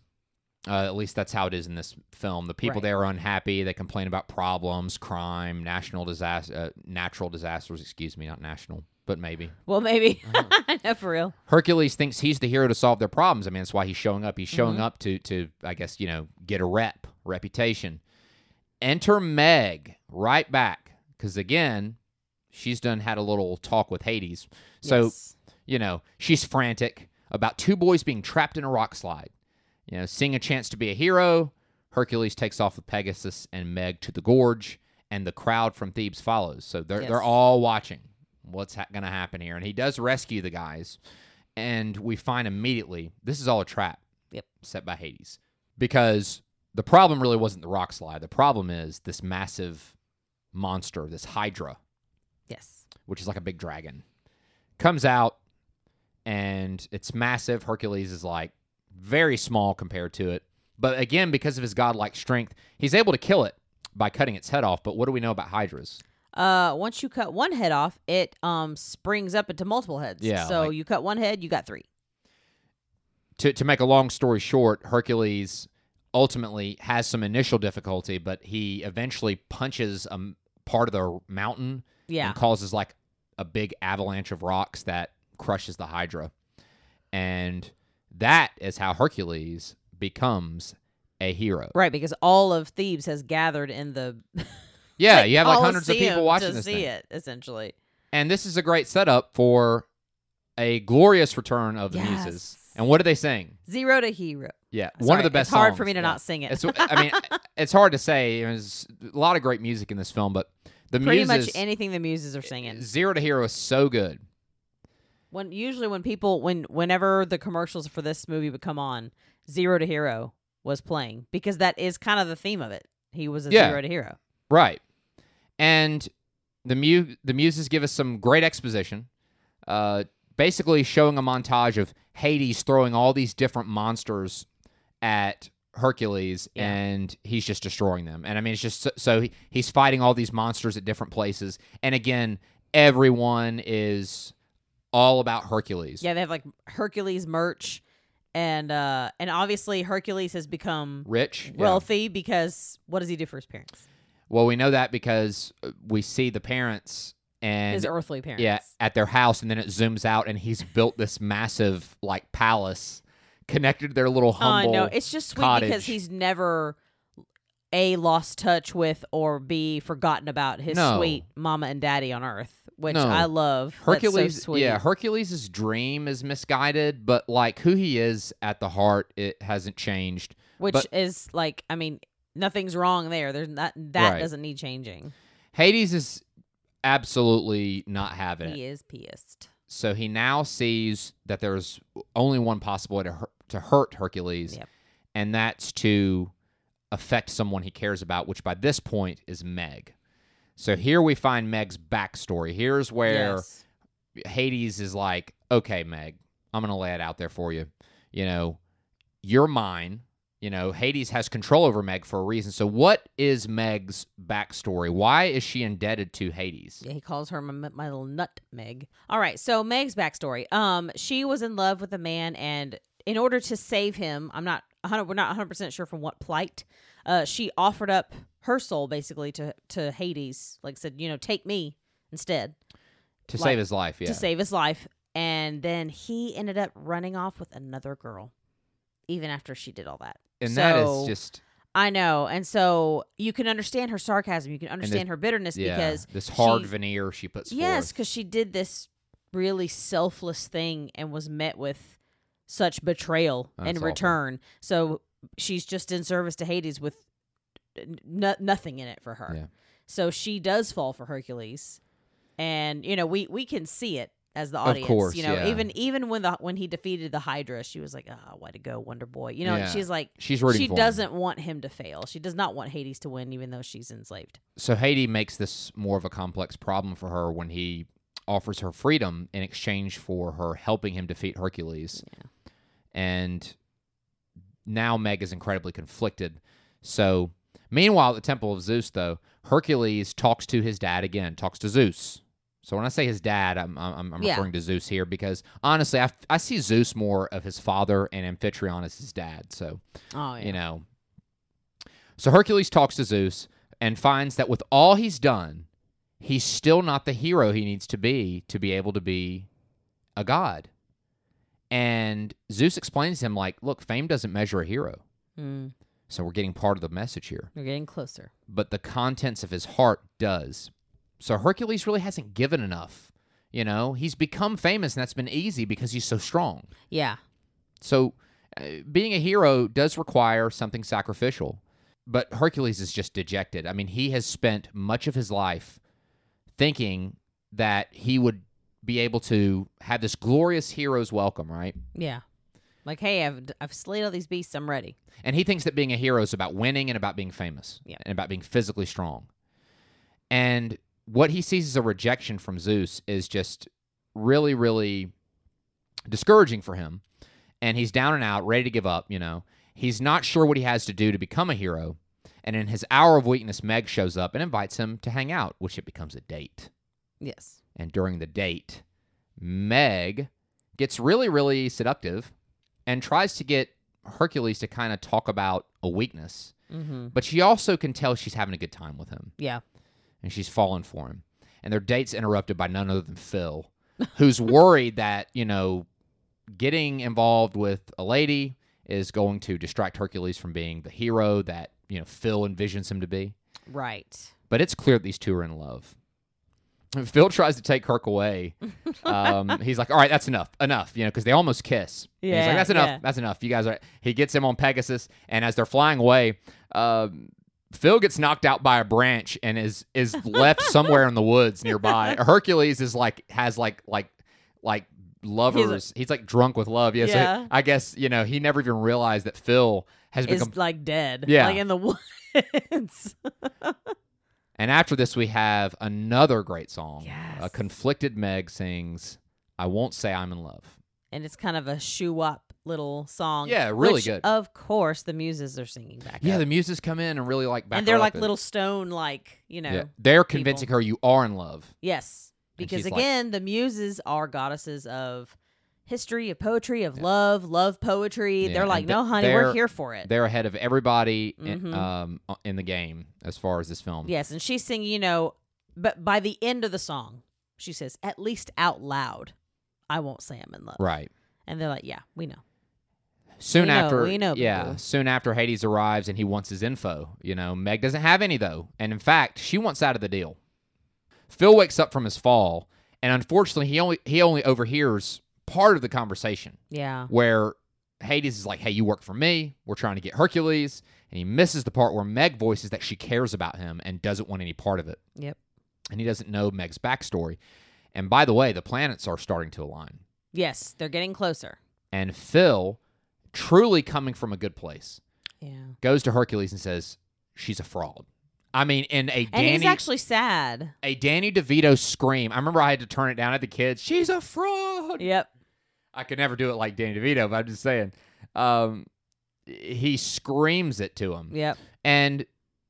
Uh, at least that's how it is in this film. The people Right. there are unhappy. They complain about problems, crime, national disaster, uh, natural disasters. Excuse me, not national, but [laughs] maybe. [laughs] well, maybe. no, for real. Hercules thinks he's the hero to solve their problems. I mean, that's why he's showing up. He's showing up to to I guess you know get a rep, reputation. Enter Meg right back because again, she's done had a little talk with Hades, so Yes. you know she's frantic about two boys being trapped in a rock slide. You know, seeing a chance to be a hero, Hercules takes off with Pegasus and Meg to the gorge, and the crowd from Thebes follows. So they're Yes. they're all watching what's ha- going to happen here, and he does rescue the guys, and we find immediately this is all a trap. Yep. set by Hades because the problem really wasn't the rock slide. The problem is this massive monster, this Hydra, yes. which is like a big dragon, comes out and it's massive. Hercules is like very small compared to it. But again, because of his godlike strength, he's able to kill it by cutting its head off. But what do we know about Hydras? Uh, once you cut one head off, it um springs up into multiple heads. Yeah, So like- you cut one head, you got three. To, to make a long story short, Hercules ultimately has some initial difficulty, but he eventually punches a m- part of the mountain Yeah. and causes like a big avalanche of rocks that crushes the Hydra. And that is how Hercules becomes a hero. Right, because all of Thebes has gathered in the Yeah, you [laughs] have like Coliseum hundreds of people watching to this see thing. it essentially. And this is a great setup for a glorious return of the muses. Yes. And what do they sing? Zero to hero. Yeah, one Sorry, of the best. It's hard for songs. me to Yeah. not sing it. it's I mean, [laughs] it's hard to say. There's a lot of great music in this film, but the Pretty muses, much anything the muses are singing. Zero to Hero is so good. When usually when people when whenever the commercials for this movie would come on, Zero to Hero was playing because that is kind of the theme of it. He was a Yeah. zero to hero. Right. And the mu- the muses give us some great exposition, uh, basically showing a montage of Hades throwing all these different monsters at Hercules, Yeah. and he's just destroying them. And I mean, it's just so, so he, he's fighting all these monsters at different places. And again, everyone is all about Hercules. Yeah, they have like Hercules merch and uh and obviously Hercules has become Rich. yeah. wealthy because what does he do for his parents? Well, we know that because uh, we see the parents and his earthly parents. yeah, at their house, and then it zooms out, and he's built this massive like palace connected to their little Oh humble. no, it's just sweet cottage. because he's never a lost touch with or b forgotten about his No. sweet mama and daddy on Earth, which No. I love. That's so Hercules, sweet. yeah, Hercules' dream is misguided, but like who he is at the heart, it hasn't changed. which but- is like I mean nothing's wrong there. There's not that Right. doesn't need changing. Hades is absolutely not having it. He is pissed. So he now sees that there's only one possible way to hurt, to hurt Hercules, Yep. and that's to affect someone he cares about, which by this point is Meg. So here we find Meg's backstory. Here's where Yes. Hades is like, okay, Meg, I'm going to lay it out there for you. You know, you're mine. You know, Hades has control over Meg for a reason. So, what is Meg's backstory? Why is she indebted to Hades? Yeah, he calls her my, my little nut Meg. All right, so Meg's backstory. Um, she was in love with a man, and in order to save him, I'm not 100. We're not 100 percent sure from what plight. Uh, she offered up her soul basically to to Hades, like said, you know, take me instead To Like, save his life, yeah. to save his life. And then he ended up running off with another girl, even after she did all that. and that is so- just I know, and so you can understand her sarcasm. You can understand her bitterness yeah, because this hard she- veneer she puts Yes, forth. because she did this really selfless thing and was met with such betrayal That's in Oh, awful. return. So she's just in service to Hades with n- nothing in it for her. Yeah. So she does fall for Hercules, and you know we we can see it as the Of audience. course, you know yeah. even even when the when he defeated the Hydra, she was like, "Ah, way to go, Wonder Boy." You know, and Yeah. she's like. She's rooting She for him. doesn't want him to fail. She does not want Hades to win, even though she's enslaved. So Haiti makes this more of a complex problem for her when he offers her freedom in exchange for her helping him defeat Hercules. And now Meg is incredibly conflicted. So meanwhile at the Temple of Zeus though, Hercules talks to his dad again, talks to Zeus. So when I say his dad, I'm I'm, I'm Yeah. referring to Zeus here because honestly, I, I see Zeus more of his father and Amphitryon as his dad. So Oh, yeah. you know. So Hercules talks to Zeus and finds that with all he's done, he's still not the hero he needs to be to be able to be a god. And Zeus explains to him, like, look, fame doesn't measure a hero. Mm, So we're getting part of the message here. we're getting closer. But the contents of his heart does. So Hercules really hasn't given enough. You know, he's become famous, and that's been easy because he's so strong. Yeah. So, uh, being a hero does require something sacrificial. But Hercules is just dejected. I mean, he has spent much of his life thinking that he would be able to have this glorious hero's welcome, right? Yeah. Like, hey, I've I've slayed all these beasts. I'm ready. And he thinks that being a hero is about winning and about being famous Yeah. and about being physically strong. And what he sees as a rejection from Zeus is just really, really discouraging for him. And he's down and out, ready to give up, you know. He's not sure what he has to do to become a hero. And in his hour of weakness, Meg shows up and invites him to hang out, which it becomes a date. Yes. And during the date, Meg gets really, really seductive and tries to get Hercules to kind of talk about a weakness. Mm-hmm. But she also can tell she's having a good time with him Yeah. and she's fallen for him. And their date's interrupted by none other than Phil, who's worried that, you know, getting involved with a lady is going to distract Hercules from being the hero that, you know, Phil envisions him to be Right. but it's clear that these two are in love. Phil tries to take Kirk [laughs] away. Um, he's like, "All right, that's enough, enough," you know, because they almost kiss. And he's Yeah, like, "That's enough, yeah. that's enough." You guys are. He gets him on Pegasus, and as they're flying away, um, Phil gets knocked out by a branch and is is [laughs] left somewhere in the woods nearby. Hercules is like has like like like lovers. He's like, drunk with love. Yeah, Yeah. So I guess you know he never even realized that Phil has is become like dead. Yeah. Like in the [laughs] woods. And after this, we have another great song. Oh, A Yes. conflicted Meg sings, "I won't say I'm in love." and it's kind of a shoo wop little song. Yeah, really which, good. Of course, the muses are singing back. yeah, up. the muses come in and really like back. her and they're up like and- little stone, like you know. Yeah, they're convincing her you are in love. Yes, And because she's like- again, the muses are goddesses of history, of poetry, of love, love poetry. Yeah, They're and like, th- no, honey, we're they're- here for it. They're ahead of everybody in, Mhm. um, in the game as far as this film. Yes, and she's singing, you know, but by the end of the song, she says, at least out loud, I won't say I'm in love. Right. And they're like, yeah, we know. Soon We know, after, we know, yeah. boo. Soon after Hades arrives and he wants his info. You know, Meg doesn't have any though, and in fact, she wants out of the deal. Phil wakes up from his fall, and unfortunately, he only he only overhears part of the conversation Yeah. where Hades is like, "Hey, you work for me. We're trying to get Hercules," and he misses the part where Meg voices that she cares about him and doesn't want any part of it. Yep. And he doesn't know Meg's backstory. And by the way, the planets are starting to align Yes, they're getting closer. and Phil, truly coming from a good place, Yeah. goes to Hercules and says, "She's a fraud." I mean, in a And he's Danny actually sad. a Danny DeVito scream. I remember I had to turn it down at the kids. She's a fraud. Yep. I could never do it like Danny DeVito, but I'm just saying. Um, he screams it to him, Yep. and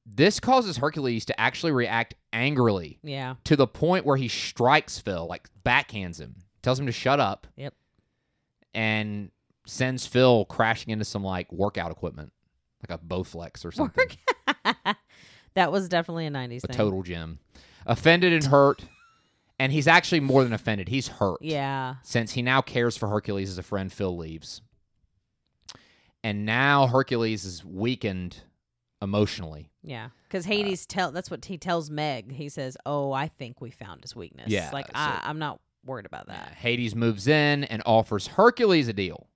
this causes Hercules to actually react angrily [laughs] Yeah. to the point where he strikes Phil, like backhands him, tells him to shut up. Yep. And sends Phil crashing into some like workout equipment, like a Bowflex or something, that was definitely a 90s a thing. total gym. Offended and hurt, and he's actually more than offended. He's hurt. Yeah. Since he now cares for Hercules as a friend, Phil leaves. And now Hercules is weakened emotionally. Yeah. Uh, Because Hades tell that's what he tells Meg. He says, "Oh, I think we found his weakness. Yeah, Like so- I, I'm not worried about Uh, that. Hades moves in and offers Hercules a deal.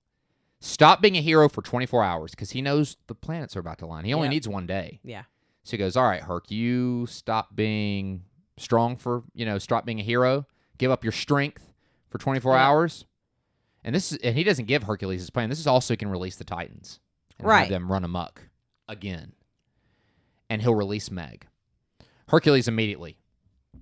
Stop being a hero for 24 hours because he knows the planets are about to align. He only Yep. needs one day. Yeah. So he goes, All right, Herc, you stop being strong for, you know, stop being a hero. Give up your strength for 24 Yep. hours. And this is, and he doesn't give Hercules his plan. This is also he can release the Titans and Right. have them run amok again. And he'll release Meg. Hercules immediately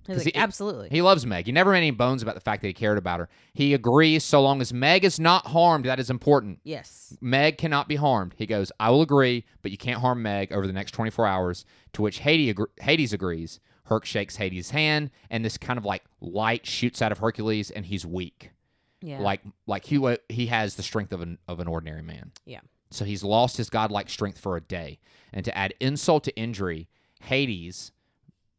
He's 'Cause like, he- absolutely. he loves Meg. He never made any bones about the fact that he cared about her. He agrees so long as Meg is not harmed, that is important. yes. Meg cannot be harmed. He goes, I will agree, but you can't harm Meg over the next 24 hours, to which Hades, agr- Hades agrees. Herc shakes Hades' hand, and this kind of like light shoots out of Hercules, and he's weak. Yeah. Like like he wa- he has the strength of an of an ordinary man. Yeah. So he's lost his godlike strength for a day, and to add insult to injury, Hades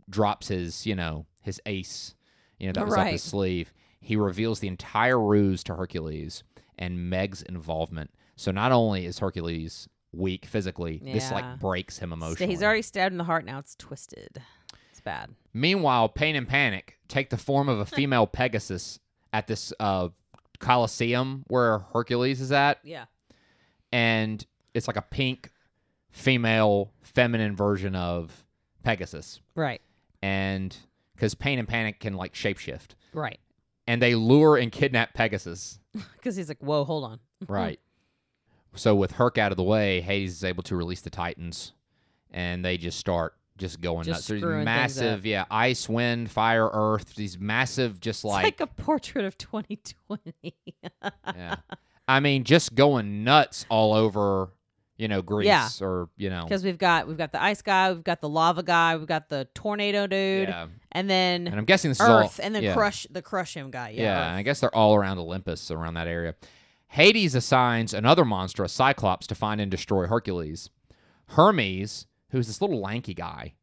drops his you know his ace, you know that was up Right. his sleeve. He reveals the entire ruse to Hercules and Meg's involvement. So not only is Hercules weak physically, this Yeah. like breaks him So emotionally. He's already stabbed in the heart. Now it's twisted. It's bad. Meanwhile, pain and panic take the form [laughs] of a female Pegasus at this uh, Colosseum where Hercules is at. Yeah. and it's like a pink female feminine version of Pegasus. Right. And because pain and panic can like shapeshift. Right. And they lure and kidnap Pegasus. Because he's like, whoa, hold on. Right. so with Herc out of the way, Hades is able to release the Titans and they just start just going Just nuts. There's screwing things massive, yeah, ice, wind, fire, earth, these massive just It's like, like, a portrait of 2020. yeah. I mean, just going nuts all over, you know, Greece Yeah. or, you know, Because we've got we've got the ice guy, we've got the lava guy, we've got the tornado dude, yeah. and then And I'm guessing this is all Earth, and then yeah. crush the crush him guy. Yeah, Yeah. and I guess they're all around Olympus, around that area. Hades assigns another monster, a Cyclops, to find and destroy Hercules. Hermes, who's this little lanky guy,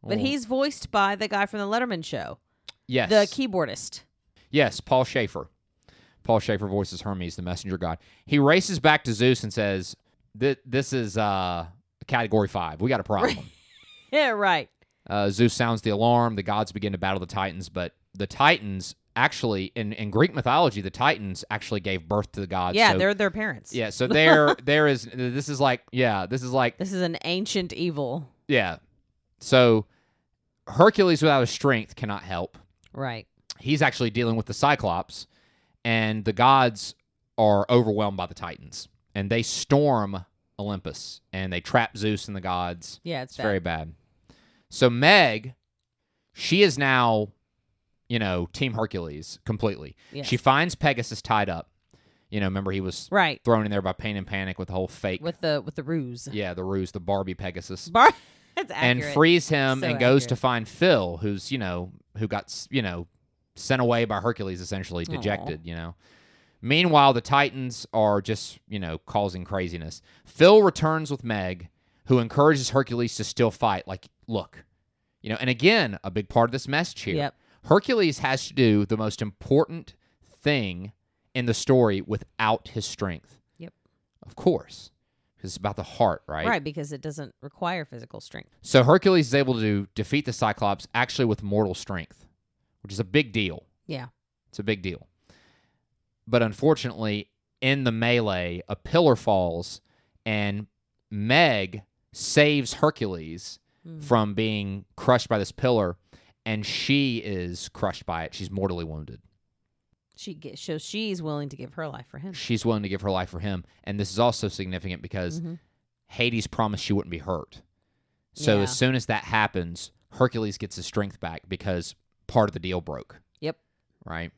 But Little- he's voiced by the guy from the Letterman show, Oh, yes, the keyboardist. yes, Paul Schaefer. Paul Schaefer voices Hermes, the messenger god. He races back to Zeus and says, "Th- "This is uh, category five. We got [laughs] a problem." Yeah, right. Uh, Zeus sounds the alarm. The gods begin to battle the Titans, but the Titans actually in, in Greek mythology, the Titans actually gave birth to the gods. yeah, so, they're their [laughs] parents. yeah. So [laughs] there, there is. This is like, yeah, this is like, This is an ancient evil. yeah. So Hercules without his strength cannot help. Right. He's actually dealing with the Cyclops, and the gods are overwhelmed by the Titans, and they storm Olympus and they trap Zeus and the gods. Yeah, it's, It's bad. very bad. So Meg, she is now, you know, Team Hercules completely. Yes. She finds Pegasus tied up. You know, remember he was right. thrown in there by Pain and Panic with the whole fake, With the with the ruse. [laughs] yeah, the ruse, the Barbie Pegasus, Bar- That's and accurate. frees him So and goes to accurate. find Phil, who's you know who got s- you know sent away by Hercules, essentially Aw. dejected. You know. Meanwhile, the Titans are just you know causing craziness. Phil returns with Meg, who encourages Hercules to still fight. Like, look, you know, and again, a big part of this message here. Yep. Hercules has to do the most important thing in the story without his strength. Yep. Of course. 'Cause it's about the heart, right? Right. because it doesn't require physical strength. So Hercules is able to defeat the Cyclops actually with mortal strength, which is a big deal. Yeah. It's a big deal. But unfortunately, in the melee, a pillar falls and Meg saves Hercules Mm. from being crushed by this pillar and she is crushed by it. She's mortally wounded. She get, so she's willing to give her life for him. She's willing to give her life for him. And this is also significant because Mhm. Hades promised she wouldn't be hurt. So Yeah. as soon as that happens, Hercules gets his strength back because part of the deal broke, Yep. right?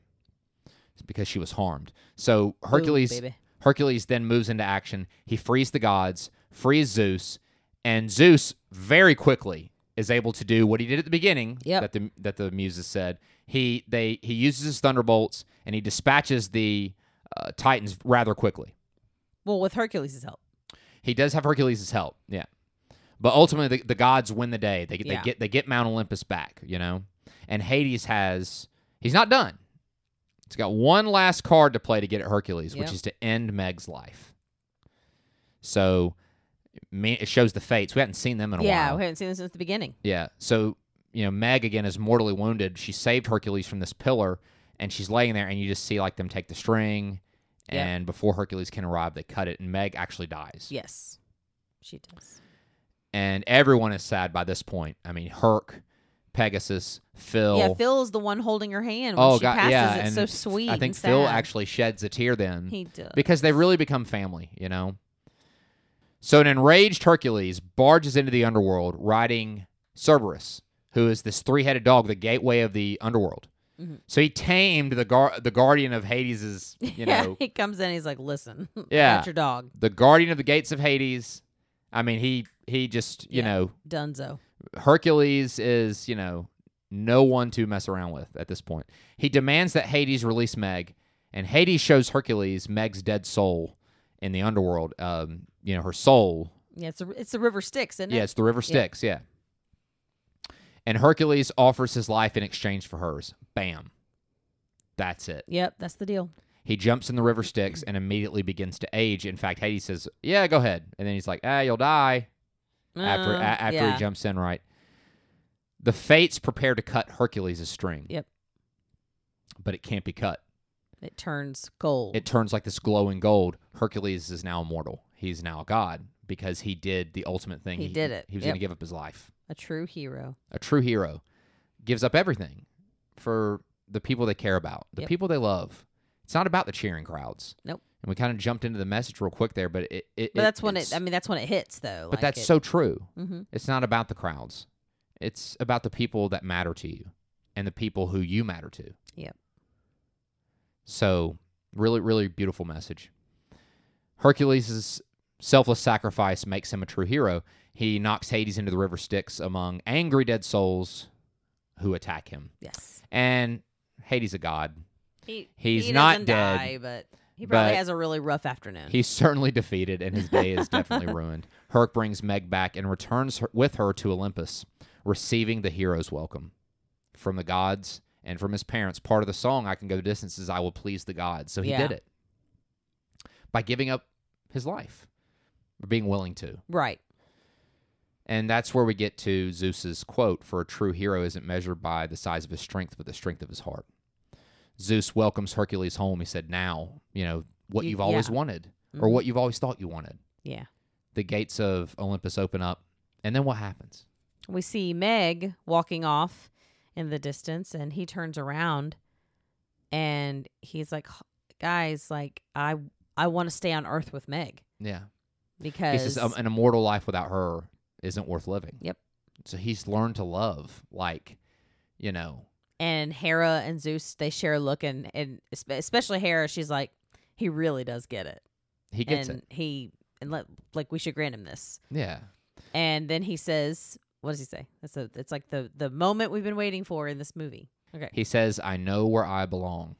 It's because she was harmed. So Boom, Hercules baby. Hercules then moves into action. He frees the gods, frees Zeus, and Zeus very quickly is able to do what he did at the beginning Yep. that the that the muses said. He they he uses his thunderbolts and he dispatches the uh, Titans rather quickly. Well, with Hercules' help. He does have Hercules' help, yeah. But ultimately, the, the gods win the day. They, they Yeah. get they get Mount Olympus back, you know. And Hades has he's not done. He's got one last card to play to get at Hercules, which Yep. is to end Meg's life. So, me, it shows the fates. We hadn't seen them in a Yeah, while. we haven't seen this since the beginning. Yeah. So, you know, Meg again is mortally wounded. She saved Hercules from this pillar and she's laying there and you just see like them take the string Yeah. and before Hercules can arrive, they cut it and Meg actually dies. Yes, she does. and everyone is sad by this point. I mean, Herc, Pegasus, Phil. Yeah, Phil's the one holding her hand when Oh, she God, passes. yeah, it's and so sweet. I and think Phil sad. actually sheds a tear then he does. because they really become family, you know. So an enraged Hercules barges into the underworld riding Cerberus, who is this three-headed dog, the gateway of the underworld. Mhm. So he tamed the gar- the guardian of [laughs] Hades's, you yeah, know, he comes in. He's like, "Listen, [laughs] Yeah. that's your dog, the guardian of the gates of Hades. I mean, he he just, you Yeah. know, Dunzo." Hercules is, you know, no one to mess around with at this point. He demands that Hades release Meg, and Hades shows Hercules Meg's dead soul in the underworld. Um, you know, her soul. Yeah, it's a, it's the River Styx, isn't it? Yeah, it's the River Yeah. Styx, yeah. And Hercules offers his life in exchange for hers. Bam. That's it. Yep, that's the deal. He jumps in the River Styx and immediately begins to age. In fact, Hades says, "Yeah, go ahead." And then he's like, "Ah, you'll die." after a- Uh, after yeah. he jumps in right. The fates prepare to cut Hercules' string. Yep. But it can't be cut. it turns gold. It turns like this glowing gold. Hercules is now immortal. He's now a god because he did the ultimate thing. He did it. He was Yep. going to give up his life. a true hero. A true hero gives up everything for the people they care about, the Yep. people they love. It's not about the cheering crowds. Nope. And we kind of jumped into the message real quick there, but it. it But that's when it. it's- I mean, that's when it hits, though. but that's so true. hmm It's not about the crowds. It's about the people that matter to you and the people who you matter to. Yep. So, really, really beautiful message. Hercules' selfless sacrifice makes him a true hero. He knocks Hades into the river Styx among angry dead souls who attack him. Yes, And Hades, a god, he He's he not doesn't dead, die, but he probably but- has a really rough afternoon. He's certainly defeated, and his day is definitely ruined. Herc brings Meg back and returns her, with her to Olympus, receiving the hero's welcome from the gods and from his parents. Part of the song, I Can Go Distances, I Will Please the Gods. So he Yeah. did it by giving up his life, or being willing to. right. And that's where we get to Zeus's quote for a true hero isn't measured by the size of his strength, but the strength of his heart. Zeus welcomes Hercules home. He said, Now, you know, what You- you've always yeah. Mm-hmm. wanted or what you've always thought you wanted. Yeah. The gates of Olympus open up. And then what happens? We see Meg walking off in the distance and he turns around and he's like guys like I I want to stay on earth with Meg Yeah. He because says, um, An immortal life without her isn't worth living. Yep. So he's learned to love, like, you know, and Hera and Zeus they share a look and and espe- especially Hera she's like he really does get it he gets and it. he and let, like we should grant him this Yeah. and then he says what does he say that's a, it's like the the moment we've been waiting for in this movie okay He says, I know where I belong.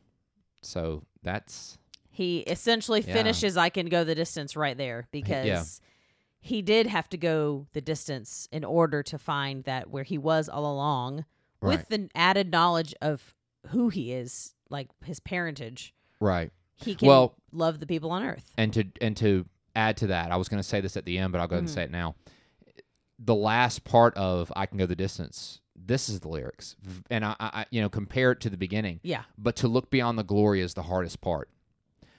So that's, he essentially Yeah. finishes i can go the distance right there because he did have to go the distance in order to find that where he was all along right. with the added knowledge of who he is like his parentage right. he can Well- love the people on earth and to and to add to that, I was going to say this at the end, but I'll go ahead Mhm. and say it now. The last part of "I Can Go the Distance." This is the lyrics, V- and I, I I- you know compare it to the beginning. yeah But to look beyond the glory is the hardest part.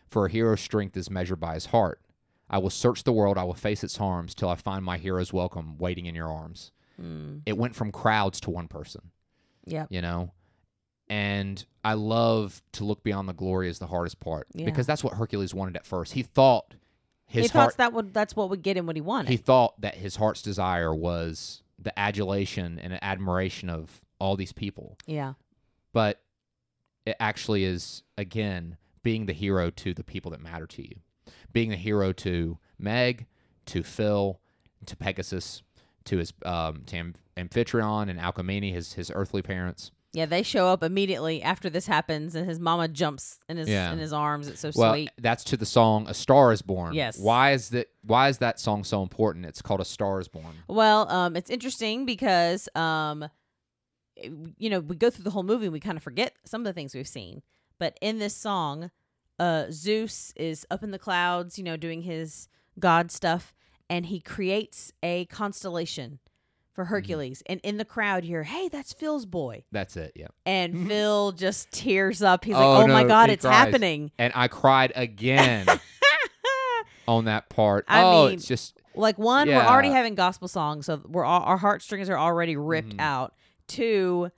For a hero's strength is measured by his heart. I will search the world. I will face its harms till I find my hero's welcome waiting in your arms. mm, It went from crowds to one person yep you know and i love to look beyond the glory is the hardest part Yeah. because that's what hercules wanted at first he thought his he heart thought that would that's what would get him what he wanted he thought that his heart's desire was the adulation and admiration of all these people yeah but it actually is again being the hero to the people that matter to you being the hero to meg to phil to pegasus to his um to Am- amphitryon and alcmene his his earthly parents yeah they show up immediately after this happens and his mama jumps in his Yeah. in his arms it's so Well, sweet that's to the song "A Star Is Born." Yes. Why is that? Why is that song so important? It's called "A Star Is Born." Well, um, it's interesting because um, it- you know we go through the whole movie and we kind of forget some of the things we've seen, but in this song, uh, Zeus is up in the clouds, you know, doing his god stuff, and he creates a constellation for Mm-hmm. Hercules, and in the crowd you hear, "Hey, that's Phil's boy," That's it. Yeah. and Phil just tears up. He's Mm-hmm. Oh, like, "Oh my no, god, he it's cries. happening!" And I cried [laughs] again on that part. I oh, mean, it's just Like one, we're already Yeah. having gospel songs, so we're all, our heartstrings are already ripped Mhm. out. Two,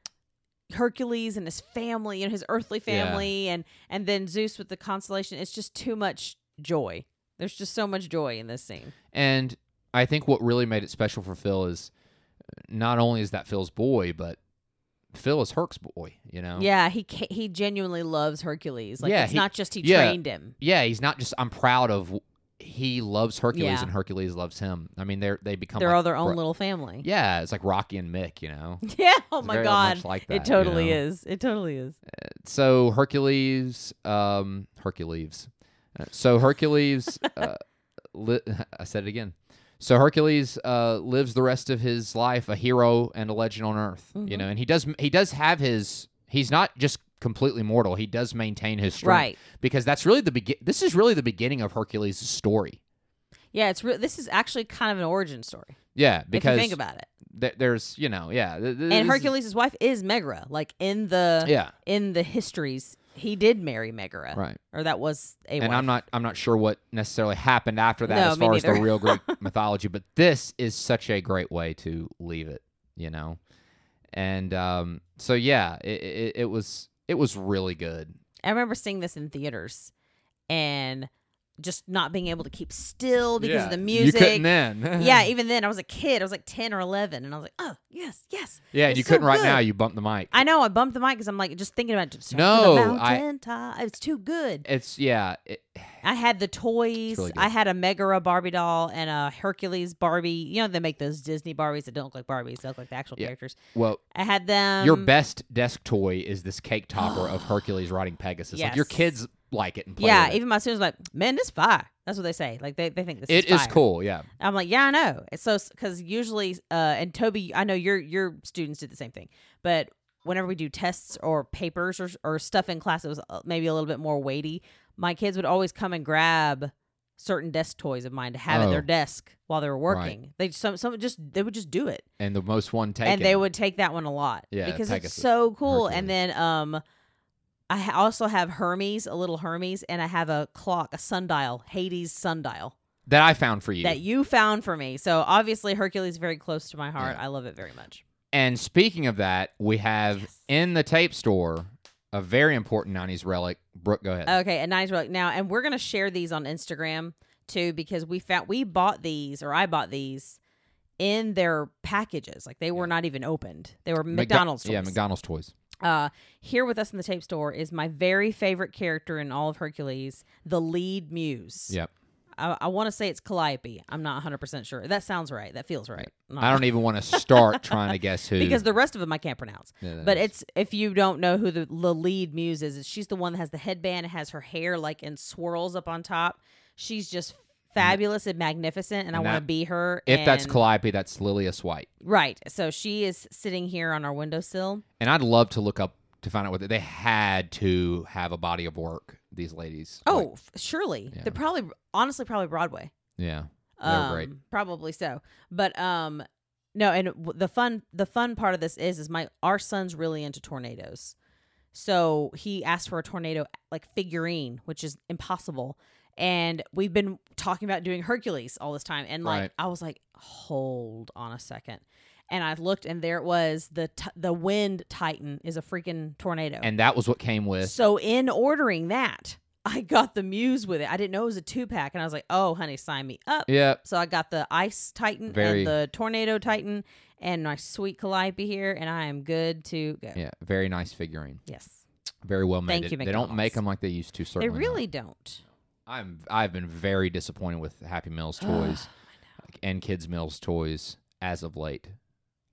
Hercules and his family, you know, his earthly Yeah. family, and and then Zeus with the constellation. It's just too much joy. There's just so much joy in this scene. and I think what really made it special for Phil is uh, not only is that Phil's boy, but Phil is Herc's boy. You know. Yeah, he ca- he genuinely loves Hercules. Like Oh. Yeah, it's he- not just he yeah. trained him. Yeah. He's not just. I'm proud of. He loves Hercules, Yeah. and Hercules loves him. I mean, they're they become. They're like all their own bro- little family. Yeah, it's like Rocky and Mick. You know. [laughs] Yeah. Oh It's my very god. much like that, it totally you know? is. It totally is. so Hercules, um, Hercules. Uh, So Hercules, [laughs] uh, li- [laughs] I said it again. So Hercules uh, lives the rest of his life a hero and a legend on Earth. You Mhm. know, and he does he does have his. He's not just completely mortal. He does maintain his strength Right. because that's really the begin. This is really the beginning of Hercules' story. Yeah. It's re- this is actually kind of an origin story Yeah, if because you think about it. th- there's you know yeah th- th- this is- and Hercules' wife is Megara. Like in the yeah in the histories, he did marry Megara, right. or that was a. and wife. I'm not I'm not sure what necessarily happened after that No, as me far as the neither. real [laughs] Greek mythology, but this is such a great way to leave it, you know. And um, so yeah, it, it, it was it was really good. I remember seeing this in theaters, and just not being able to keep still because of the You music. couldn't then. [laughs] yeah, even then I was a kid. I was like ten or eleven, and I was like, "Oh yes, yes." yeah, and it's you couldn't so right now. good. You bumped the mic. I know I bumped the mic because I'm like just thinking about just No, the I- mountaintop. It's too good. It's yeah, it, I had the toys. really good. I had a Megara Barbie doll and a Hercules Barbie. You know they make those Disney Barbies that don't look like Barbies; they look like the actual Yeah. characters. well. I had them. your best desk toy is this cake topper [gasps] of Hercules riding Pegasus. Like your Yes. kids like it and play Yeah, with it. even my students are like, man, this fire. That's what they say. Like they, they think this it is is fire." cool. Yeah, I'm like, yeah, I know. It's so because usually, uh, and Toby, I know your your students did the same thing, but whenever we do tests or papers or or stuff in class, it was uh, maybe a little bit more weighty. My kids would always come and grab certain desk toys of mine to have at their Oh. just desk while they were working. They some some just they would just do it, and the most one taken. and they would take that one a lot. Yeah, because it's Pegasus, so cool. Hercules. And then um, I ha- also have Hermes, a little Hermes, and I have a clock, a sundial, Hades sundial that I found for you. that you found for me. So obviously Hercules is very close to my heart. Yeah. I love it very much. and speaking of that, we have Yes. in the tape store a very important '90s relic. Brooke, go ahead. Okay, a nice relic now, and we're gonna share these on Instagram too because we found we bought these or I bought these in their packages. Like they were not even opened. They were McDo- McDonald's. Yeah, toys. McDonald's toys. Uh, here with us in the tape store is my very favorite character in all of Hercules, the lead muse. Yep. I, I want to say it's Calliope. I'm not 100 percent sure. That sounds right. That feels right. Not- I don't even want to [laughs] start trying to guess who. because the rest of them I can't pronounce. Yeah, that But is. it's if you don't know who the, the lead muse is, she's the one that has the headband and has her hair like in swirls up on top. She's just fabulous and magnificent, and, I And want to that- be her. if that's and- Calliope, that's Lilia White. right? So she is sitting here on our windowsill. And I'd love to look up to find out whether they had to have a body of work. These ladies. Oh, Like, f- surely Yeah. they're probably honestly probably Broadway. yeah. They're Um, great. Probably so, but um, no. And w- the fun the fun part of this is is my our son's really into tornadoes, so he asked for a tornado like figurine, which is impossible. And we've been talking about doing Hercules all this time, and like Right. I was like, hold on a second, and I looked, and there it was the t- the wind titan is a freaking tornado. And that was what came with. So in ordering that, I got the Muse with it. I didn't know it was a two pack, and I was like, "Oh, honey, sign me up." Yeah. So I got the Ice Titan Very- and the Tornado Titan and my sweet Calliope here, and I am good to go. Yeah. Very nice figurine. Yes, Very well made. Thank It- you, they don't make McDonald's. them like they used to. Certainly. they not. really don't. I'm I've been very disappointed with Happy Meals toys and Kids Meals toys as of late.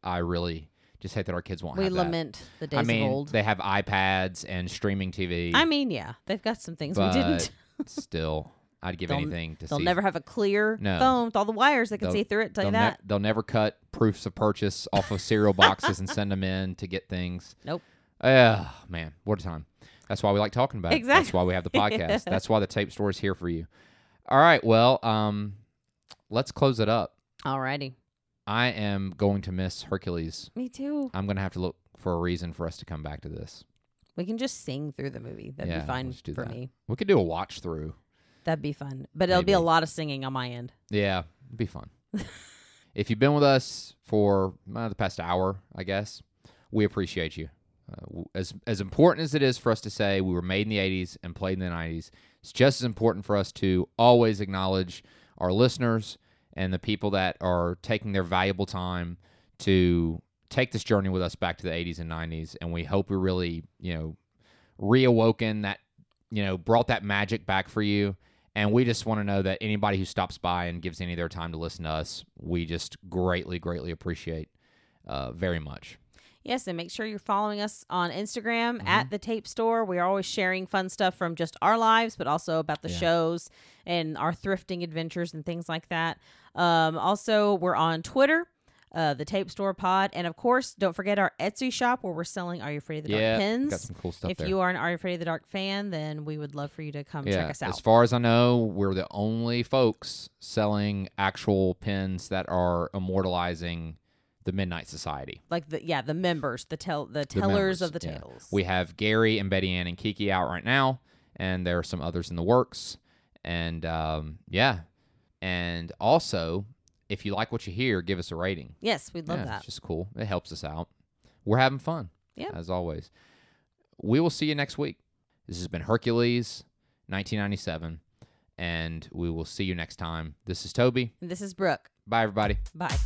I really just hate that our kids won't We have that. lament the days I mean, of old. they have iPads and streaming TV. I mean, yeah, they've got some things but we didn't. [laughs] still, I'd give They'll- anything to They'll see. never have a clear No. phone with all the wires that can They'll- see through it. Tell they'll, you ne- that. they'll never cut proofs of purchase off of cereal boxes and send them in to get things. Nope. Oh, man. What a time. That's why we like talking about it. That's why we [laughs] have the Exactly. podcast. That's why the tape store is here for you. All right. Well, um, let's close it up. Alrighty, I am going to miss Hercules. me too. I'm going to have to look for a reason for us to come back to this. We can just sing through the movie. That'd Yeah, be fine let's do for that. me. We could do a watch through. That'd be fun, but it'll be a Maybe. lot of singing on my end. Yeah, it'd be fun. [laughs] if you've been with us for uh, the past hour, I guess we appreciate you. Uh, w- as as important as it is for us to say we were made in the '80s and played in the '90s, it's just as important for us to always acknowledge our listeners and the people that are taking their valuable time to take this journey with us back to the '80s and '90s. And we hope we really, you know, reawoken that, you know, brought that magic back for you. And we just want to know that anybody who stops by and gives any of their time to listen to us, we just greatly, greatly appreciate uh, very much. Yes, and make sure you're following us on Instagram Mm-hmm. at the Tape Store. We are always sharing fun stuff from just our lives, but also about the Yeah. shows and our thrifting adventures and things like that. Um, also, we're on Twitter. Uh, the tape store pod, and of course, don't forget our Etsy shop where we're selling Are You Afraid of the yeah, Dark pins. got some cool stuff if there. you are an Are You Afraid of the Dark fan, then we would love for you to come yeah, check us as out. far as I know, we're the only folks selling actual pins that are immortalizing the Midnight Society. Like the yeah, the members, the tell the The tellers members, of the yeah. tales. We have Gary and Betty Ann and Kiki out right now, and there are some others in the works. And um, yeah, and also, if you like what you hear, give us a rating. yes, we'd love yeah, that. It's just cool. It helps us out. We're having fun. Yeah. As always. We will see you next week. This has been Hercules 1997, and we will see you next time. This is Toby. And this is Brooke. Bye, everybody. Bye.